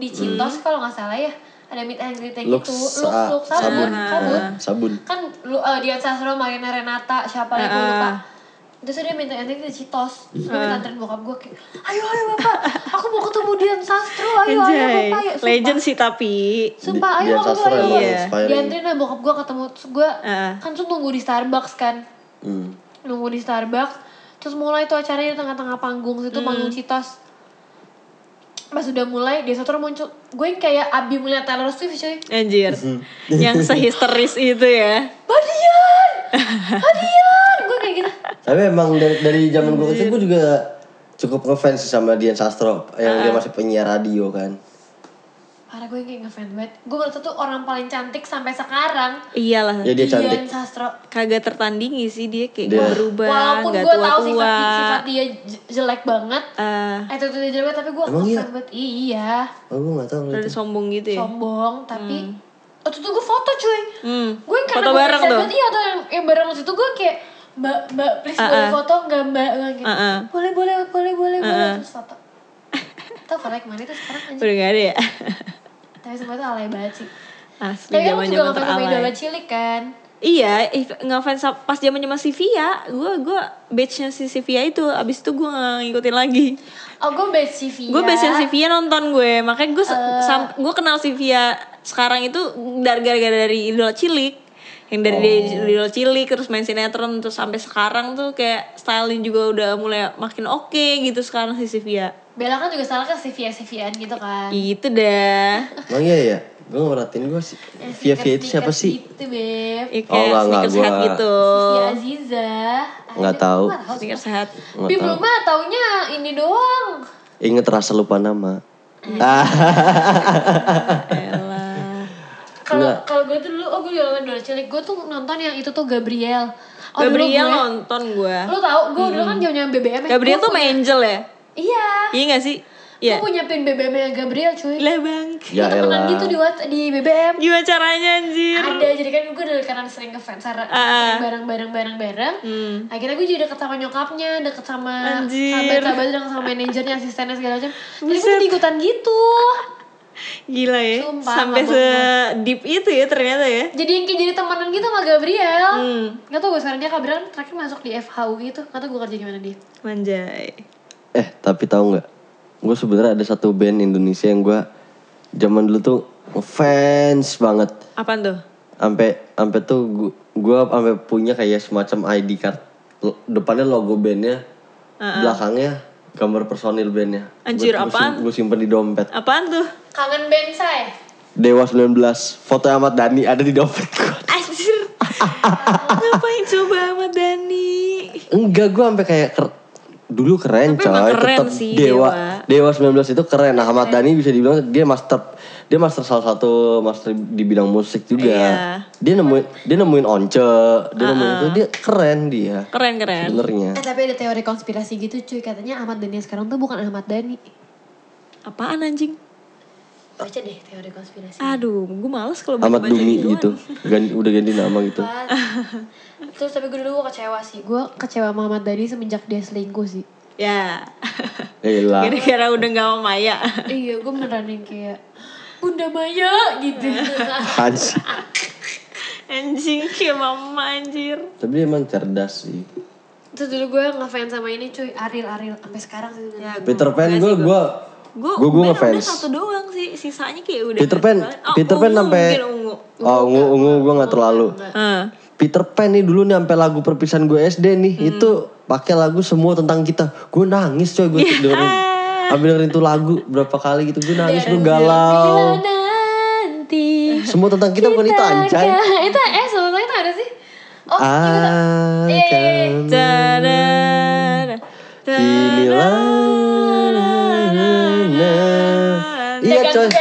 [SPEAKER 4] di Cintos kalau nggak salah ya. ada meet and greet gitu
[SPEAKER 2] Mm. Lux,
[SPEAKER 4] looks,
[SPEAKER 2] ah,
[SPEAKER 4] looks,
[SPEAKER 2] sabun.
[SPEAKER 4] sabun, sabun.
[SPEAKER 2] Ah, sabun.
[SPEAKER 4] kan lu eh, Dian Sastro Marina Renata siapa lagi gue
[SPEAKER 1] Ah.
[SPEAKER 4] lupa terus dia minta enteng di Citos terus gue minta anterin bokap gue kayak ayo ayo bapak aku mau ketemu Dian Sastro ayo ayo
[SPEAKER 1] Anjay,
[SPEAKER 4] bapak ya Sumpah.
[SPEAKER 1] legend sih tapi
[SPEAKER 4] Sumpah,
[SPEAKER 2] Di-
[SPEAKER 4] ayo
[SPEAKER 2] Dian
[SPEAKER 4] aku
[SPEAKER 2] Sastro
[SPEAKER 4] ayo.
[SPEAKER 2] emang
[SPEAKER 4] Iya.
[SPEAKER 2] inspiring.
[SPEAKER 4] Dianterin sama bokap gue ketemu Terus gue
[SPEAKER 1] Heeh.
[SPEAKER 4] kan tuh nunggu di Starbucks kan
[SPEAKER 2] Hmm.
[SPEAKER 4] Nunggu di Starbucks Terus mulai tuh acaranya di tengah-tengah panggung situ
[SPEAKER 1] Hmm.
[SPEAKER 4] Panggung Citos Pas udah mulai dia satu muncul Gue kayak Abi melihat Taylor Swift cuy
[SPEAKER 1] anjir. yang sehisteris itu ya.
[SPEAKER 4] Badian! Badian! Gue kayak gitu
[SPEAKER 2] Tapi emang dari, dari zaman gue kecil gue juga cukup ngefans sih sama Dian Sastro yang
[SPEAKER 1] Ah.
[SPEAKER 2] dia masih penyiar radio kan.
[SPEAKER 4] Parah gue kayak ngefans banget Gue merasa tuh orang paling cantik sampai sekarang
[SPEAKER 1] Iyalah.
[SPEAKER 2] Ya dia
[SPEAKER 4] Dian
[SPEAKER 2] cantik.
[SPEAKER 4] Sastro
[SPEAKER 1] Kagak tertandingi sih dia kayak
[SPEAKER 2] Dia-
[SPEAKER 1] nggak berubah,
[SPEAKER 4] Walaupun
[SPEAKER 1] nggak
[SPEAKER 4] gue tahu sifat,
[SPEAKER 1] tua-tua.
[SPEAKER 4] sifat dia j- jelek banget
[SPEAKER 1] Eh,
[SPEAKER 4] Eh tuh jelek banget tapi gue
[SPEAKER 2] Emang iya?
[SPEAKER 4] ngefans banget Iya
[SPEAKER 2] Oh gue gak tau
[SPEAKER 1] rada
[SPEAKER 2] itu.
[SPEAKER 1] sombong gitu ya.
[SPEAKER 4] sombong tapi waktu itu gue foto cuy
[SPEAKER 1] Hmm,
[SPEAKER 4] gue karena
[SPEAKER 1] foto
[SPEAKER 4] gua
[SPEAKER 1] bareng
[SPEAKER 4] ngefans
[SPEAKER 1] tuh.
[SPEAKER 4] banget, iya atau yang, yang bareng waktu itu gue kayak mbak mbak please
[SPEAKER 1] Ah,
[SPEAKER 4] boleh
[SPEAKER 1] ah.
[SPEAKER 4] foto nggak mbak Nggak gitu.
[SPEAKER 1] Ah, ah.
[SPEAKER 4] boleh boleh boleh boleh boleh
[SPEAKER 1] Ah, ah.
[SPEAKER 4] terus foto tau foto kemana itu sekarang aja
[SPEAKER 1] Udah gak ada ya.
[SPEAKER 4] tapi semua itu alay banget sih
[SPEAKER 1] Asli
[SPEAKER 4] tapi kan lu
[SPEAKER 1] zaman
[SPEAKER 4] juga
[SPEAKER 1] zaman
[SPEAKER 4] ngefans sama idola
[SPEAKER 1] teralai.
[SPEAKER 4] cilik kan
[SPEAKER 1] Iya, if, ngefans sa- pas zaman zaman si Via, gue gue batchnya si si Via itu, abis itu gue nggak ngikutin lagi.
[SPEAKER 4] oh gue bad CV
[SPEAKER 1] Gue batchnya si Via nonton gue, makanya gue
[SPEAKER 4] Eh.
[SPEAKER 1] gue kenal si Via sekarang itu dari gara-gara dari idola cilik, yang dari dia
[SPEAKER 4] Oh.
[SPEAKER 1] idola cilik terus main sinetron terus sampai sekarang tuh kayak stylenya juga udah mulai makin oke gitu sekarang si si Via.
[SPEAKER 4] Bella kan juga salah kan CV CVN gitu kan
[SPEAKER 1] Gitu dah.
[SPEAKER 2] Emang iya ya? Gue ngeratin gue sih.
[SPEAKER 1] Eh,
[SPEAKER 4] Yang
[SPEAKER 2] Via Via itu
[SPEAKER 4] sneakers-sneakers
[SPEAKER 2] siapa sih?
[SPEAKER 4] Ya, gitu beb
[SPEAKER 1] Ya,
[SPEAKER 2] Oh, nggak, nggak,
[SPEAKER 1] sneakers hat
[SPEAKER 2] gua-
[SPEAKER 1] gitu.
[SPEAKER 4] Via Aziza
[SPEAKER 2] Nggak
[SPEAKER 4] Aduh,
[SPEAKER 2] tahu.
[SPEAKER 4] nggak tahu sih.
[SPEAKER 1] Sneakers hat.
[SPEAKER 2] Nggak
[SPEAKER 4] Bib
[SPEAKER 2] tahu.
[SPEAKER 4] lu mah taunya ini doang
[SPEAKER 2] Ingat rasa lupa nama.
[SPEAKER 1] Eh.
[SPEAKER 2] Ah,
[SPEAKER 1] Elah.
[SPEAKER 4] Kalau
[SPEAKER 2] Enggak.
[SPEAKER 4] kalau gue tuh dulu, oh gue juga nonton Dora Cilik. Gue tuh nonton yang itu tuh Gabriel. Oh, dulu
[SPEAKER 1] Gabriel
[SPEAKER 4] gue-
[SPEAKER 1] nonton gue.
[SPEAKER 4] Lo tau, gue dulu kan jaman BBM ya.
[SPEAKER 1] Gabriel
[SPEAKER 4] Gue
[SPEAKER 1] tuh sama
[SPEAKER 4] punya-
[SPEAKER 1] Angel ya?
[SPEAKER 4] Iya.
[SPEAKER 1] Iya gak sih?
[SPEAKER 4] Gue
[SPEAKER 1] Iya.
[SPEAKER 4] punya pin BBM yang Gabriel cuy.
[SPEAKER 1] Lah bang,
[SPEAKER 2] ya
[SPEAKER 4] Temenan
[SPEAKER 2] elah.
[SPEAKER 4] gitu di WhatsApp, di BBM.
[SPEAKER 1] gimana caranya anjir?
[SPEAKER 4] Ada, jadi kan gue dari karena sering ngefans Sarah,
[SPEAKER 1] Ah.
[SPEAKER 4] sering bareng-bareng-bareng-bareng.
[SPEAKER 1] Hmm.
[SPEAKER 4] Akhirnya gue jadi deket sama nyokapnya, deket sama
[SPEAKER 1] Anjir.
[SPEAKER 4] sahabat-sahabat, deket sama manajernya, asistennya segala macam. Jadi gue
[SPEAKER 1] Buset.
[SPEAKER 4] jadi ikutan gitu.
[SPEAKER 1] Gila ya,
[SPEAKER 4] Sumpah,
[SPEAKER 1] sampai
[SPEAKER 4] mabok
[SPEAKER 1] se deep itu ya ternyata ya.
[SPEAKER 4] Jadi yang kayak jadi temenan gitu sama Gabriel.
[SPEAKER 1] Hmm,
[SPEAKER 4] Gak tau gue sekarang dia kabar kan terakhir masuk di FHU gitu Gak tau gue kerja gimana dia
[SPEAKER 1] manjai.
[SPEAKER 2] Eh tapi tahu nggak? Gue sebenarnya ada satu band Indonesia yang gue zaman dulu tuh fans banget.
[SPEAKER 1] Apaan tuh?
[SPEAKER 2] Sampai sampai tuh gu- gua sampai punya kayak semacam ID card. L- Depannya logo bandnya, belakangnya gambar personil bandnya.
[SPEAKER 1] Anjir,
[SPEAKER 2] Gua- gua
[SPEAKER 1] apaan?
[SPEAKER 2] sim- Gua simpen di dompet.
[SPEAKER 1] Apaan tuh?
[SPEAKER 4] Kangen band saya
[SPEAKER 2] Dewa 19, foto Ahmad Dhani ada di dompet gua.
[SPEAKER 1] Anjir. Ngapain coba sama Dani?
[SPEAKER 2] Enggak, gua sampai kayak ker- dulu keren
[SPEAKER 1] Tapi
[SPEAKER 2] coy,
[SPEAKER 1] emang keren
[SPEAKER 2] tetap
[SPEAKER 1] sih,
[SPEAKER 2] dewa. dewa. 19 itu keren. Nah, Ahmad Dhani bisa dibilang dia master dia master salah satu master di bidang musik juga.
[SPEAKER 1] Iya. Ah,
[SPEAKER 2] Dia nemuin dia nemuin Once, dia nemuin itu dia keren dia.
[SPEAKER 1] Keren keren.
[SPEAKER 2] Sebenarnya.
[SPEAKER 4] Eh tapi ada teori konspirasi gitu cuy Katanya Ahmad Dhani yang sekarang tuh bukan Ahmad Dhani
[SPEAKER 1] Apaan anjing?
[SPEAKER 4] Baca deh teori konspirasi
[SPEAKER 1] Aduh, gue males kalau
[SPEAKER 2] Ahmad
[SPEAKER 1] baca-baca
[SPEAKER 2] Dumi
[SPEAKER 1] gituan.
[SPEAKER 2] gitu. Ganti, udah ganti nama gitu.
[SPEAKER 4] Apaan? Terus tapi gue dulu gue kecewa sih Gue kecewa sama Ahmad Dhani semenjak dia selingkuh sih
[SPEAKER 1] Ya.
[SPEAKER 2] Gila.
[SPEAKER 1] Gara-gara udah gak sama Maya.
[SPEAKER 4] Iya gue beneran yang kayak Bunda Maya gitu
[SPEAKER 2] Hans.
[SPEAKER 1] Anjing, kayak mama anjir.
[SPEAKER 2] Tapi dia emang cerdas sih.
[SPEAKER 4] Terus dulu gue ngefans sama ini cuy Ariel, Ariel Sampai sekarang sih sebenarnya.
[SPEAKER 1] Ya,
[SPEAKER 2] Peter Pan gue gue
[SPEAKER 1] gue
[SPEAKER 2] gue gue ngefans.
[SPEAKER 1] udah satu doang sih sisanya kayak udah
[SPEAKER 2] Peter Pan,
[SPEAKER 1] Oh,
[SPEAKER 2] Peter Pan
[SPEAKER 1] ungu
[SPEAKER 2] sampai
[SPEAKER 1] mungkin, ungu.
[SPEAKER 2] Oh, ungu ungu gue nggak terlalu.
[SPEAKER 1] Heeh.
[SPEAKER 2] Peter Pan nih dulu nih sampai lagu perpisahan gue SD nih
[SPEAKER 4] Hmm.
[SPEAKER 2] itu pakai lagu semua tentang kita. Gue nangis coy gue dengerin. Ambil dengerin tuh lagu berapa kali gitu gue nangis gue
[SPEAKER 4] Bila
[SPEAKER 2] galau.
[SPEAKER 4] nanti
[SPEAKER 2] Semua tentang kita bukan itu anjay.
[SPEAKER 4] Nah, itu eh sebetulnya itu ada sih. Oh,
[SPEAKER 2] Ah,
[SPEAKER 4] iya,
[SPEAKER 2] Akan
[SPEAKER 1] Tadadada.
[SPEAKER 2] inilah. Iya coy.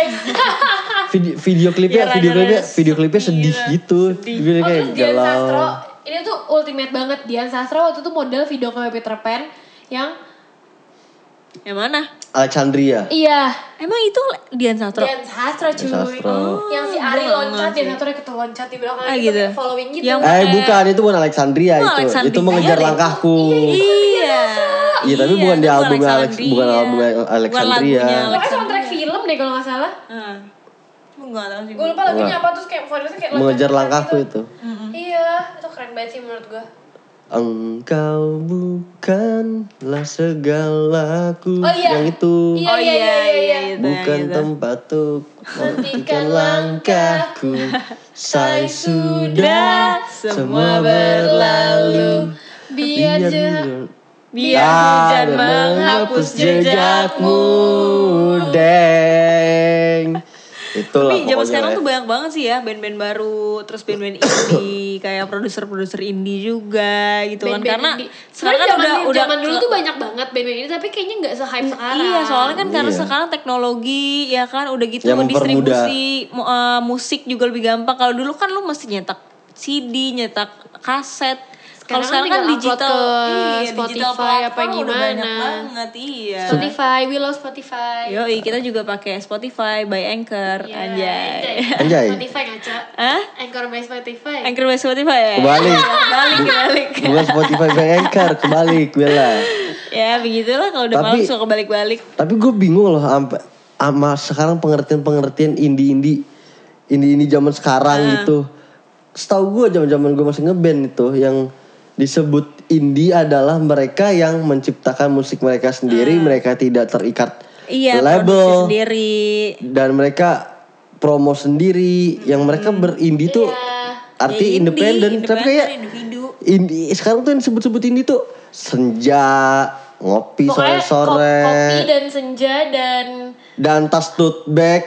[SPEAKER 2] Video, video
[SPEAKER 1] Iya,
[SPEAKER 2] klipnya, video klipnya,
[SPEAKER 1] rada-rada
[SPEAKER 2] video klipnya sedih
[SPEAKER 1] sedih.
[SPEAKER 2] gitu. Gue
[SPEAKER 4] Iya. oh terus
[SPEAKER 2] kayak
[SPEAKER 4] Dian Sastro,
[SPEAKER 2] galau.
[SPEAKER 4] ini tuh ultimate banget Dian Sastro waktu itu model video ke Peter Pan yang
[SPEAKER 1] yang mana
[SPEAKER 2] Alexandria.
[SPEAKER 4] iya
[SPEAKER 1] emang itu Dian Sastro
[SPEAKER 4] Dian Oh, Sastro cuy.
[SPEAKER 2] Dian Sastro.
[SPEAKER 4] Oh, yang si Ari
[SPEAKER 1] gua nggak sih.
[SPEAKER 4] loncat, Dian Sastro ikut loncat di belakang
[SPEAKER 1] Ah,
[SPEAKER 4] gitu,
[SPEAKER 1] gitu.
[SPEAKER 4] kayak following gitu.
[SPEAKER 1] Yang-
[SPEAKER 2] Eh bukan itu bukan Alexandria
[SPEAKER 1] Oh,
[SPEAKER 2] itu. Itu
[SPEAKER 1] Alexandria
[SPEAKER 2] mengejar
[SPEAKER 1] deh.
[SPEAKER 2] langkahku.
[SPEAKER 1] iya
[SPEAKER 2] Iya, tapi bukan di
[SPEAKER 1] itu
[SPEAKER 2] album Alex- bukan
[SPEAKER 1] Alexandria.
[SPEAKER 2] album Alexandria.
[SPEAKER 1] Bukan lagunya
[SPEAKER 4] Pokoknya soundtrack film deh kalau Ah. nggak salah.
[SPEAKER 1] Heeh. gue gak tau sih.
[SPEAKER 4] Gue lupa lagunya apa terus kayak vokalnya kayak
[SPEAKER 2] Mengejar
[SPEAKER 4] loncat-loncat
[SPEAKER 2] langkahku
[SPEAKER 4] gitu.
[SPEAKER 2] itu.
[SPEAKER 4] Iya, itu keren banget sih menurut gue.
[SPEAKER 2] Engkau bukanlah segalaku
[SPEAKER 4] Oh, iya.
[SPEAKER 2] yang itu.
[SPEAKER 4] Iya, iya, iya, iya, iya.
[SPEAKER 1] gitu,
[SPEAKER 2] Bukan
[SPEAKER 1] yang gitu.
[SPEAKER 2] tempat tuh
[SPEAKER 4] Hentikan
[SPEAKER 2] menghentikan langkahku Say sudah semua berlalu Iya,
[SPEAKER 4] Biar je
[SPEAKER 2] jejak-
[SPEAKER 1] Biar hujan
[SPEAKER 2] Ah, Biar
[SPEAKER 1] menghapus jejakmu.
[SPEAKER 2] Deng Itulah
[SPEAKER 1] Tapi zaman
[SPEAKER 2] pokoknya
[SPEAKER 1] sekarang
[SPEAKER 2] lah ya.
[SPEAKER 1] tuh banyak banget sih ya band-band baru, terus band-band indie, kayak produser-produser indie juga gitu kan.
[SPEAKER 4] band-band
[SPEAKER 1] Karena
[SPEAKER 4] indie.
[SPEAKER 1] sekarang kan
[SPEAKER 4] Sebenarnya
[SPEAKER 1] udah
[SPEAKER 4] zaman,
[SPEAKER 1] udah
[SPEAKER 4] zaman dulu tuh banyak banget band-band ini tapi kayaknya nggak se-hype sekarang.
[SPEAKER 1] Iya, soalnya kan karena
[SPEAKER 2] Iya.
[SPEAKER 1] sekarang teknologi ya kan udah gitu
[SPEAKER 2] Yang mempermudah.
[SPEAKER 1] distribusi mu- eh, musik juga lebih gampang. Kalau dulu kan lu mesti nyetak CD, nyetak kaset. Kalau sekarang
[SPEAKER 4] Sekarang kan
[SPEAKER 1] kan
[SPEAKER 4] tinggal upload
[SPEAKER 1] digital, Iya,
[SPEAKER 4] ke Spotify apa
[SPEAKER 1] platform udah banyak
[SPEAKER 4] gimana.
[SPEAKER 1] banget iya.
[SPEAKER 4] Spotify, we love Spotify.
[SPEAKER 1] Yoi, kita juga pakai Spotify by Anchor
[SPEAKER 4] Iya,
[SPEAKER 1] anjay.
[SPEAKER 2] Anjay.
[SPEAKER 4] Spotify ngaco.
[SPEAKER 1] Hah?
[SPEAKER 4] Anchor by Spotify.
[SPEAKER 1] Anchor by Spotify ya?
[SPEAKER 2] Kebalik.
[SPEAKER 1] balik, balik.
[SPEAKER 2] Bukan Spotify Bang Anchor Kebalik Bella
[SPEAKER 1] Ya begitulah kalau udah
[SPEAKER 2] Tapi-
[SPEAKER 1] malam suka balik-balik.
[SPEAKER 2] Tapi gue bingung loh sampai sama sekarang pengertian-pengertian indie-indie indie-indie zaman sekarang
[SPEAKER 1] Ah.
[SPEAKER 2] gitu. Setahu gue zaman-zaman gue masih ngeband itu yang disebut indie adalah mereka yang menciptakan musik mereka sendiri, mereka tidak terikat
[SPEAKER 1] Ah. Iya, produksi
[SPEAKER 2] label
[SPEAKER 1] sendiri.
[SPEAKER 2] dan mereka promo sendiri yang mereka berindie tuh arti
[SPEAKER 1] Ya, Hmm. indie,
[SPEAKER 2] independen tapi kayak
[SPEAKER 1] individu.
[SPEAKER 2] indie sekarang tuh yang disebut-sebut indie tuh senja ngopi
[SPEAKER 4] Pokoknya
[SPEAKER 2] sore-sore
[SPEAKER 4] kop- kopi dan senja dan
[SPEAKER 2] dan tas tote bag,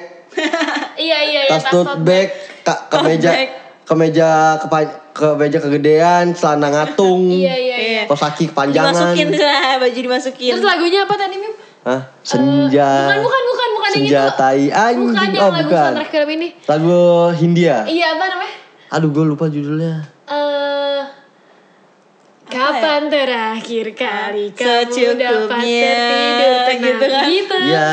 [SPEAKER 4] iya iya iya
[SPEAKER 2] tas tote bag, ka- kemeja,
[SPEAKER 1] bag.
[SPEAKER 2] kemeja kepa- kemeja kegedean, celana ngatung,
[SPEAKER 4] Iya iya iya.
[SPEAKER 2] kos kaki kepanjangan,
[SPEAKER 1] Dimasukin lah, baju dimasukin.
[SPEAKER 4] Terus lagunya apa tadi Mim?
[SPEAKER 2] Hah? senja,
[SPEAKER 4] Eh, Bukan bukan bukan bukan yang
[SPEAKER 2] senja
[SPEAKER 4] itu.
[SPEAKER 2] tai anjing,
[SPEAKER 4] Bukan yang
[SPEAKER 2] oh
[SPEAKER 4] lagu
[SPEAKER 2] bukan,
[SPEAKER 4] soundtrack film ini.
[SPEAKER 2] lagu Hindia,
[SPEAKER 4] Iya apa namanya?
[SPEAKER 2] aduh gue lupa judulnya,
[SPEAKER 4] Eh Kapan terakhir kali kamu
[SPEAKER 1] ya? Secukupnya,
[SPEAKER 4] dapat tertidur tenang
[SPEAKER 1] gitu
[SPEAKER 4] gitu?
[SPEAKER 1] kan?
[SPEAKER 2] iya,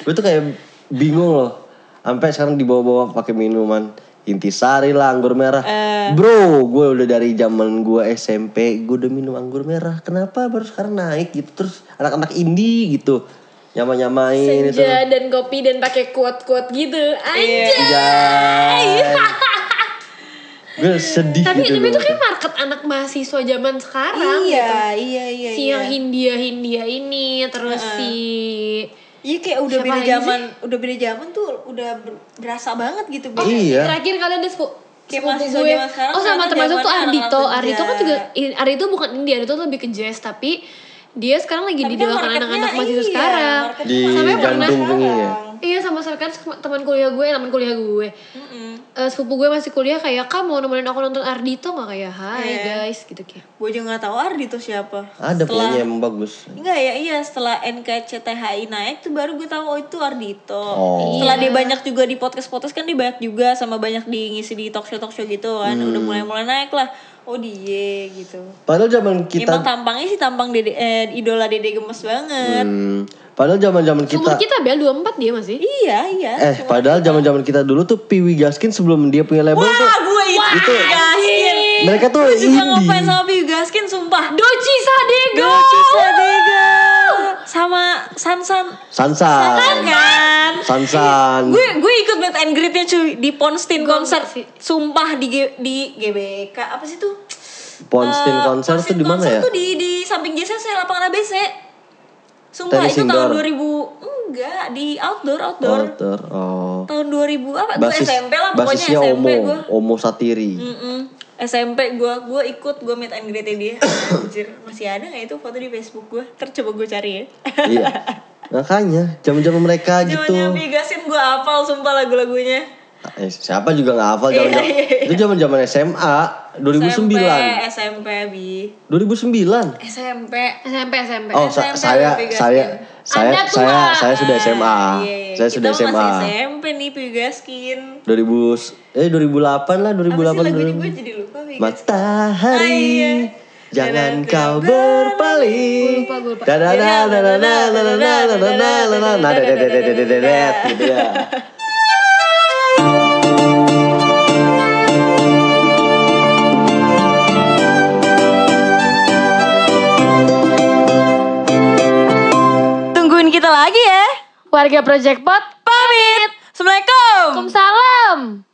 [SPEAKER 2] gue tuh kayak bingung loh, sampai sekarang dibawa-bawa pakai minuman intisari lah anggur merah
[SPEAKER 4] Eh.
[SPEAKER 2] bro gue udah dari zaman gue SMP gue udah minum anggur merah kenapa baru sekarang naik gitu terus anak-anak indie gitu nyama nyamain itu
[SPEAKER 4] Senja dan kopi dan pakai quote-quote gitu. Anjay.
[SPEAKER 2] gue sedih
[SPEAKER 4] Tapi
[SPEAKER 2] gitu
[SPEAKER 4] tapi
[SPEAKER 2] loh.
[SPEAKER 4] itu kayak market anak mahasiswa zaman sekarang
[SPEAKER 1] iya,
[SPEAKER 4] gitu.
[SPEAKER 1] iya, iya,
[SPEAKER 4] Si
[SPEAKER 1] iya.
[SPEAKER 4] yang Hindia Hindia ini terus si
[SPEAKER 1] Iya kayak udah
[SPEAKER 4] Siapa
[SPEAKER 1] beda
[SPEAKER 4] lagi
[SPEAKER 1] zaman, udah beda zaman tuh udah ber- berasa banget gitu. Beda.
[SPEAKER 2] iya
[SPEAKER 4] terakhir kalian ada sepu-
[SPEAKER 1] Kayak
[SPEAKER 4] sepupu
[SPEAKER 1] mahasiswa
[SPEAKER 4] gue.
[SPEAKER 1] zaman sekarang
[SPEAKER 4] Oh sama
[SPEAKER 1] ternyata
[SPEAKER 4] termasuk tuh
[SPEAKER 1] zamannya
[SPEAKER 4] Ardito.
[SPEAKER 1] anak-anak
[SPEAKER 4] Ardito kan
[SPEAKER 1] kan kerja.
[SPEAKER 4] juga in- Ardito bukan India, Ardito lebih ke jazz tapi dia sekarang lagi
[SPEAKER 1] Tapi
[SPEAKER 4] di
[SPEAKER 1] kan
[SPEAKER 4] didoakan
[SPEAKER 1] marketnya,
[SPEAKER 4] anak-anak mahasiswa
[SPEAKER 1] iya,
[SPEAKER 4] sekarang.
[SPEAKER 1] marketnya
[SPEAKER 2] di
[SPEAKER 4] Sampai pernah
[SPEAKER 2] jantung gini ya
[SPEAKER 4] Iya sama sekali kan teman kuliah gue, teman kuliah gue. Eh, sepupu gue masih kuliah kayak kamu mau nemenin aku nonton Ardito nggak kayak Hai
[SPEAKER 1] Iya.
[SPEAKER 4] guys gitu kayak.
[SPEAKER 1] Gue juga gak tahu Ardito siapa.
[SPEAKER 2] ada penyanyi yang bagus
[SPEAKER 1] Enggak ya, iya setelah NKCTHI naik tuh baru gue tahu oh itu Ardito.
[SPEAKER 2] Oh.
[SPEAKER 1] Setelah dia banyak juga di podcast-podcast kan dia banyak juga sama banyak di ngisi di talk show talk show gitu kan. Udah mulai-mulai naik lah. Oh dia gitu.
[SPEAKER 2] padahal zaman kita
[SPEAKER 1] Emang tampangnya sih tampang dede, eh, idola dede gemes banget.
[SPEAKER 2] Hmm, padahal zaman zaman
[SPEAKER 4] Umur
[SPEAKER 2] kita
[SPEAKER 4] kita bel 24 dia masih.
[SPEAKER 1] Iya, iya.
[SPEAKER 2] eh padahal zaman zaman kita dulu tuh Piwi Gaskin sebelum dia punya label tuh
[SPEAKER 1] Ah, gue itu.
[SPEAKER 2] itu
[SPEAKER 1] Gaskin.
[SPEAKER 2] mereka tuh
[SPEAKER 1] Gue juga
[SPEAKER 2] indie
[SPEAKER 1] ngefans sama Piu Gaskin, sumpah.
[SPEAKER 4] Doci
[SPEAKER 2] Iya,
[SPEAKER 4] Sadego.
[SPEAKER 1] Doci Sadega. Sama Sansan. Kan eh,
[SPEAKER 2] Sansan
[SPEAKER 1] kan?
[SPEAKER 2] Iya. Sansan
[SPEAKER 1] gue gue ikut meet and greetnya cuy di Ponstin
[SPEAKER 4] Gua
[SPEAKER 1] konser
[SPEAKER 4] nggak sih.
[SPEAKER 1] sumpah di G- di GBK apa sih tuh
[SPEAKER 2] Ponstin
[SPEAKER 1] Eh,
[SPEAKER 2] konser tuh
[SPEAKER 1] Ponstin
[SPEAKER 2] di mana
[SPEAKER 1] konser
[SPEAKER 2] ya?
[SPEAKER 1] tuh di di samping JCC lapangan ABC sumpah
[SPEAKER 2] Tenis
[SPEAKER 1] itu tahun
[SPEAKER 2] indoor.
[SPEAKER 1] 2000 enggak di outdoor outdoor
[SPEAKER 2] Outdoor. Oh.
[SPEAKER 1] tahun 2000 apa gue
[SPEAKER 2] Basis,
[SPEAKER 1] SMP lah pokoknya
[SPEAKER 2] basisnya
[SPEAKER 1] SMP
[SPEAKER 2] Omo,
[SPEAKER 1] gue
[SPEAKER 2] Omo Satiri.
[SPEAKER 1] Mm-mm. SMP gue gue ikut gue meet and greet dia Anjir, masih ada nggak itu foto di Facebook gue tercoba gue cari ya
[SPEAKER 2] iya. Makanya zaman-zaman mereka gitu.
[SPEAKER 1] Jamannya Bigasin gue apal sumpah lagu-lagunya
[SPEAKER 2] Eh, siapa juga nggak hafal zaman
[SPEAKER 1] Iya, iya,
[SPEAKER 2] itu zaman-zaman SMA 2009.
[SPEAKER 1] SMP, SMP, Bi.
[SPEAKER 2] 2009.
[SPEAKER 1] SMP.
[SPEAKER 4] SMP SMP.
[SPEAKER 2] Oh, sa-
[SPEAKER 1] SMP
[SPEAKER 2] saya
[SPEAKER 1] lebih gaskin.
[SPEAKER 2] saya saya
[SPEAKER 4] Anda tua.
[SPEAKER 2] saya saya sudah SMA.
[SPEAKER 1] Iya, iya.
[SPEAKER 2] Saya sudah
[SPEAKER 1] Kita
[SPEAKER 2] SMA.
[SPEAKER 1] masih SMP nih, Pigaskin.
[SPEAKER 2] 2000 eh 2008 lah
[SPEAKER 1] Apa sih
[SPEAKER 2] 2008
[SPEAKER 1] lagunya
[SPEAKER 2] 2000.
[SPEAKER 1] gue jadi lupa, Pigaskin.
[SPEAKER 2] Matahari
[SPEAKER 1] Ah, iya.
[SPEAKER 2] Jangan
[SPEAKER 1] Jangan
[SPEAKER 2] kau
[SPEAKER 1] kau
[SPEAKER 2] berpaling.
[SPEAKER 4] Gua lupa, gua lupa.
[SPEAKER 2] Da da da da da da da da da da da da da da da da da da da da da da gitu ya.
[SPEAKER 1] Tungguin kita lagi ya.
[SPEAKER 4] Warga Project Pot
[SPEAKER 1] Pamit. Assalamualaikum.
[SPEAKER 5] Waalaikumsalam.
[SPEAKER 4] Waalaikumsalam.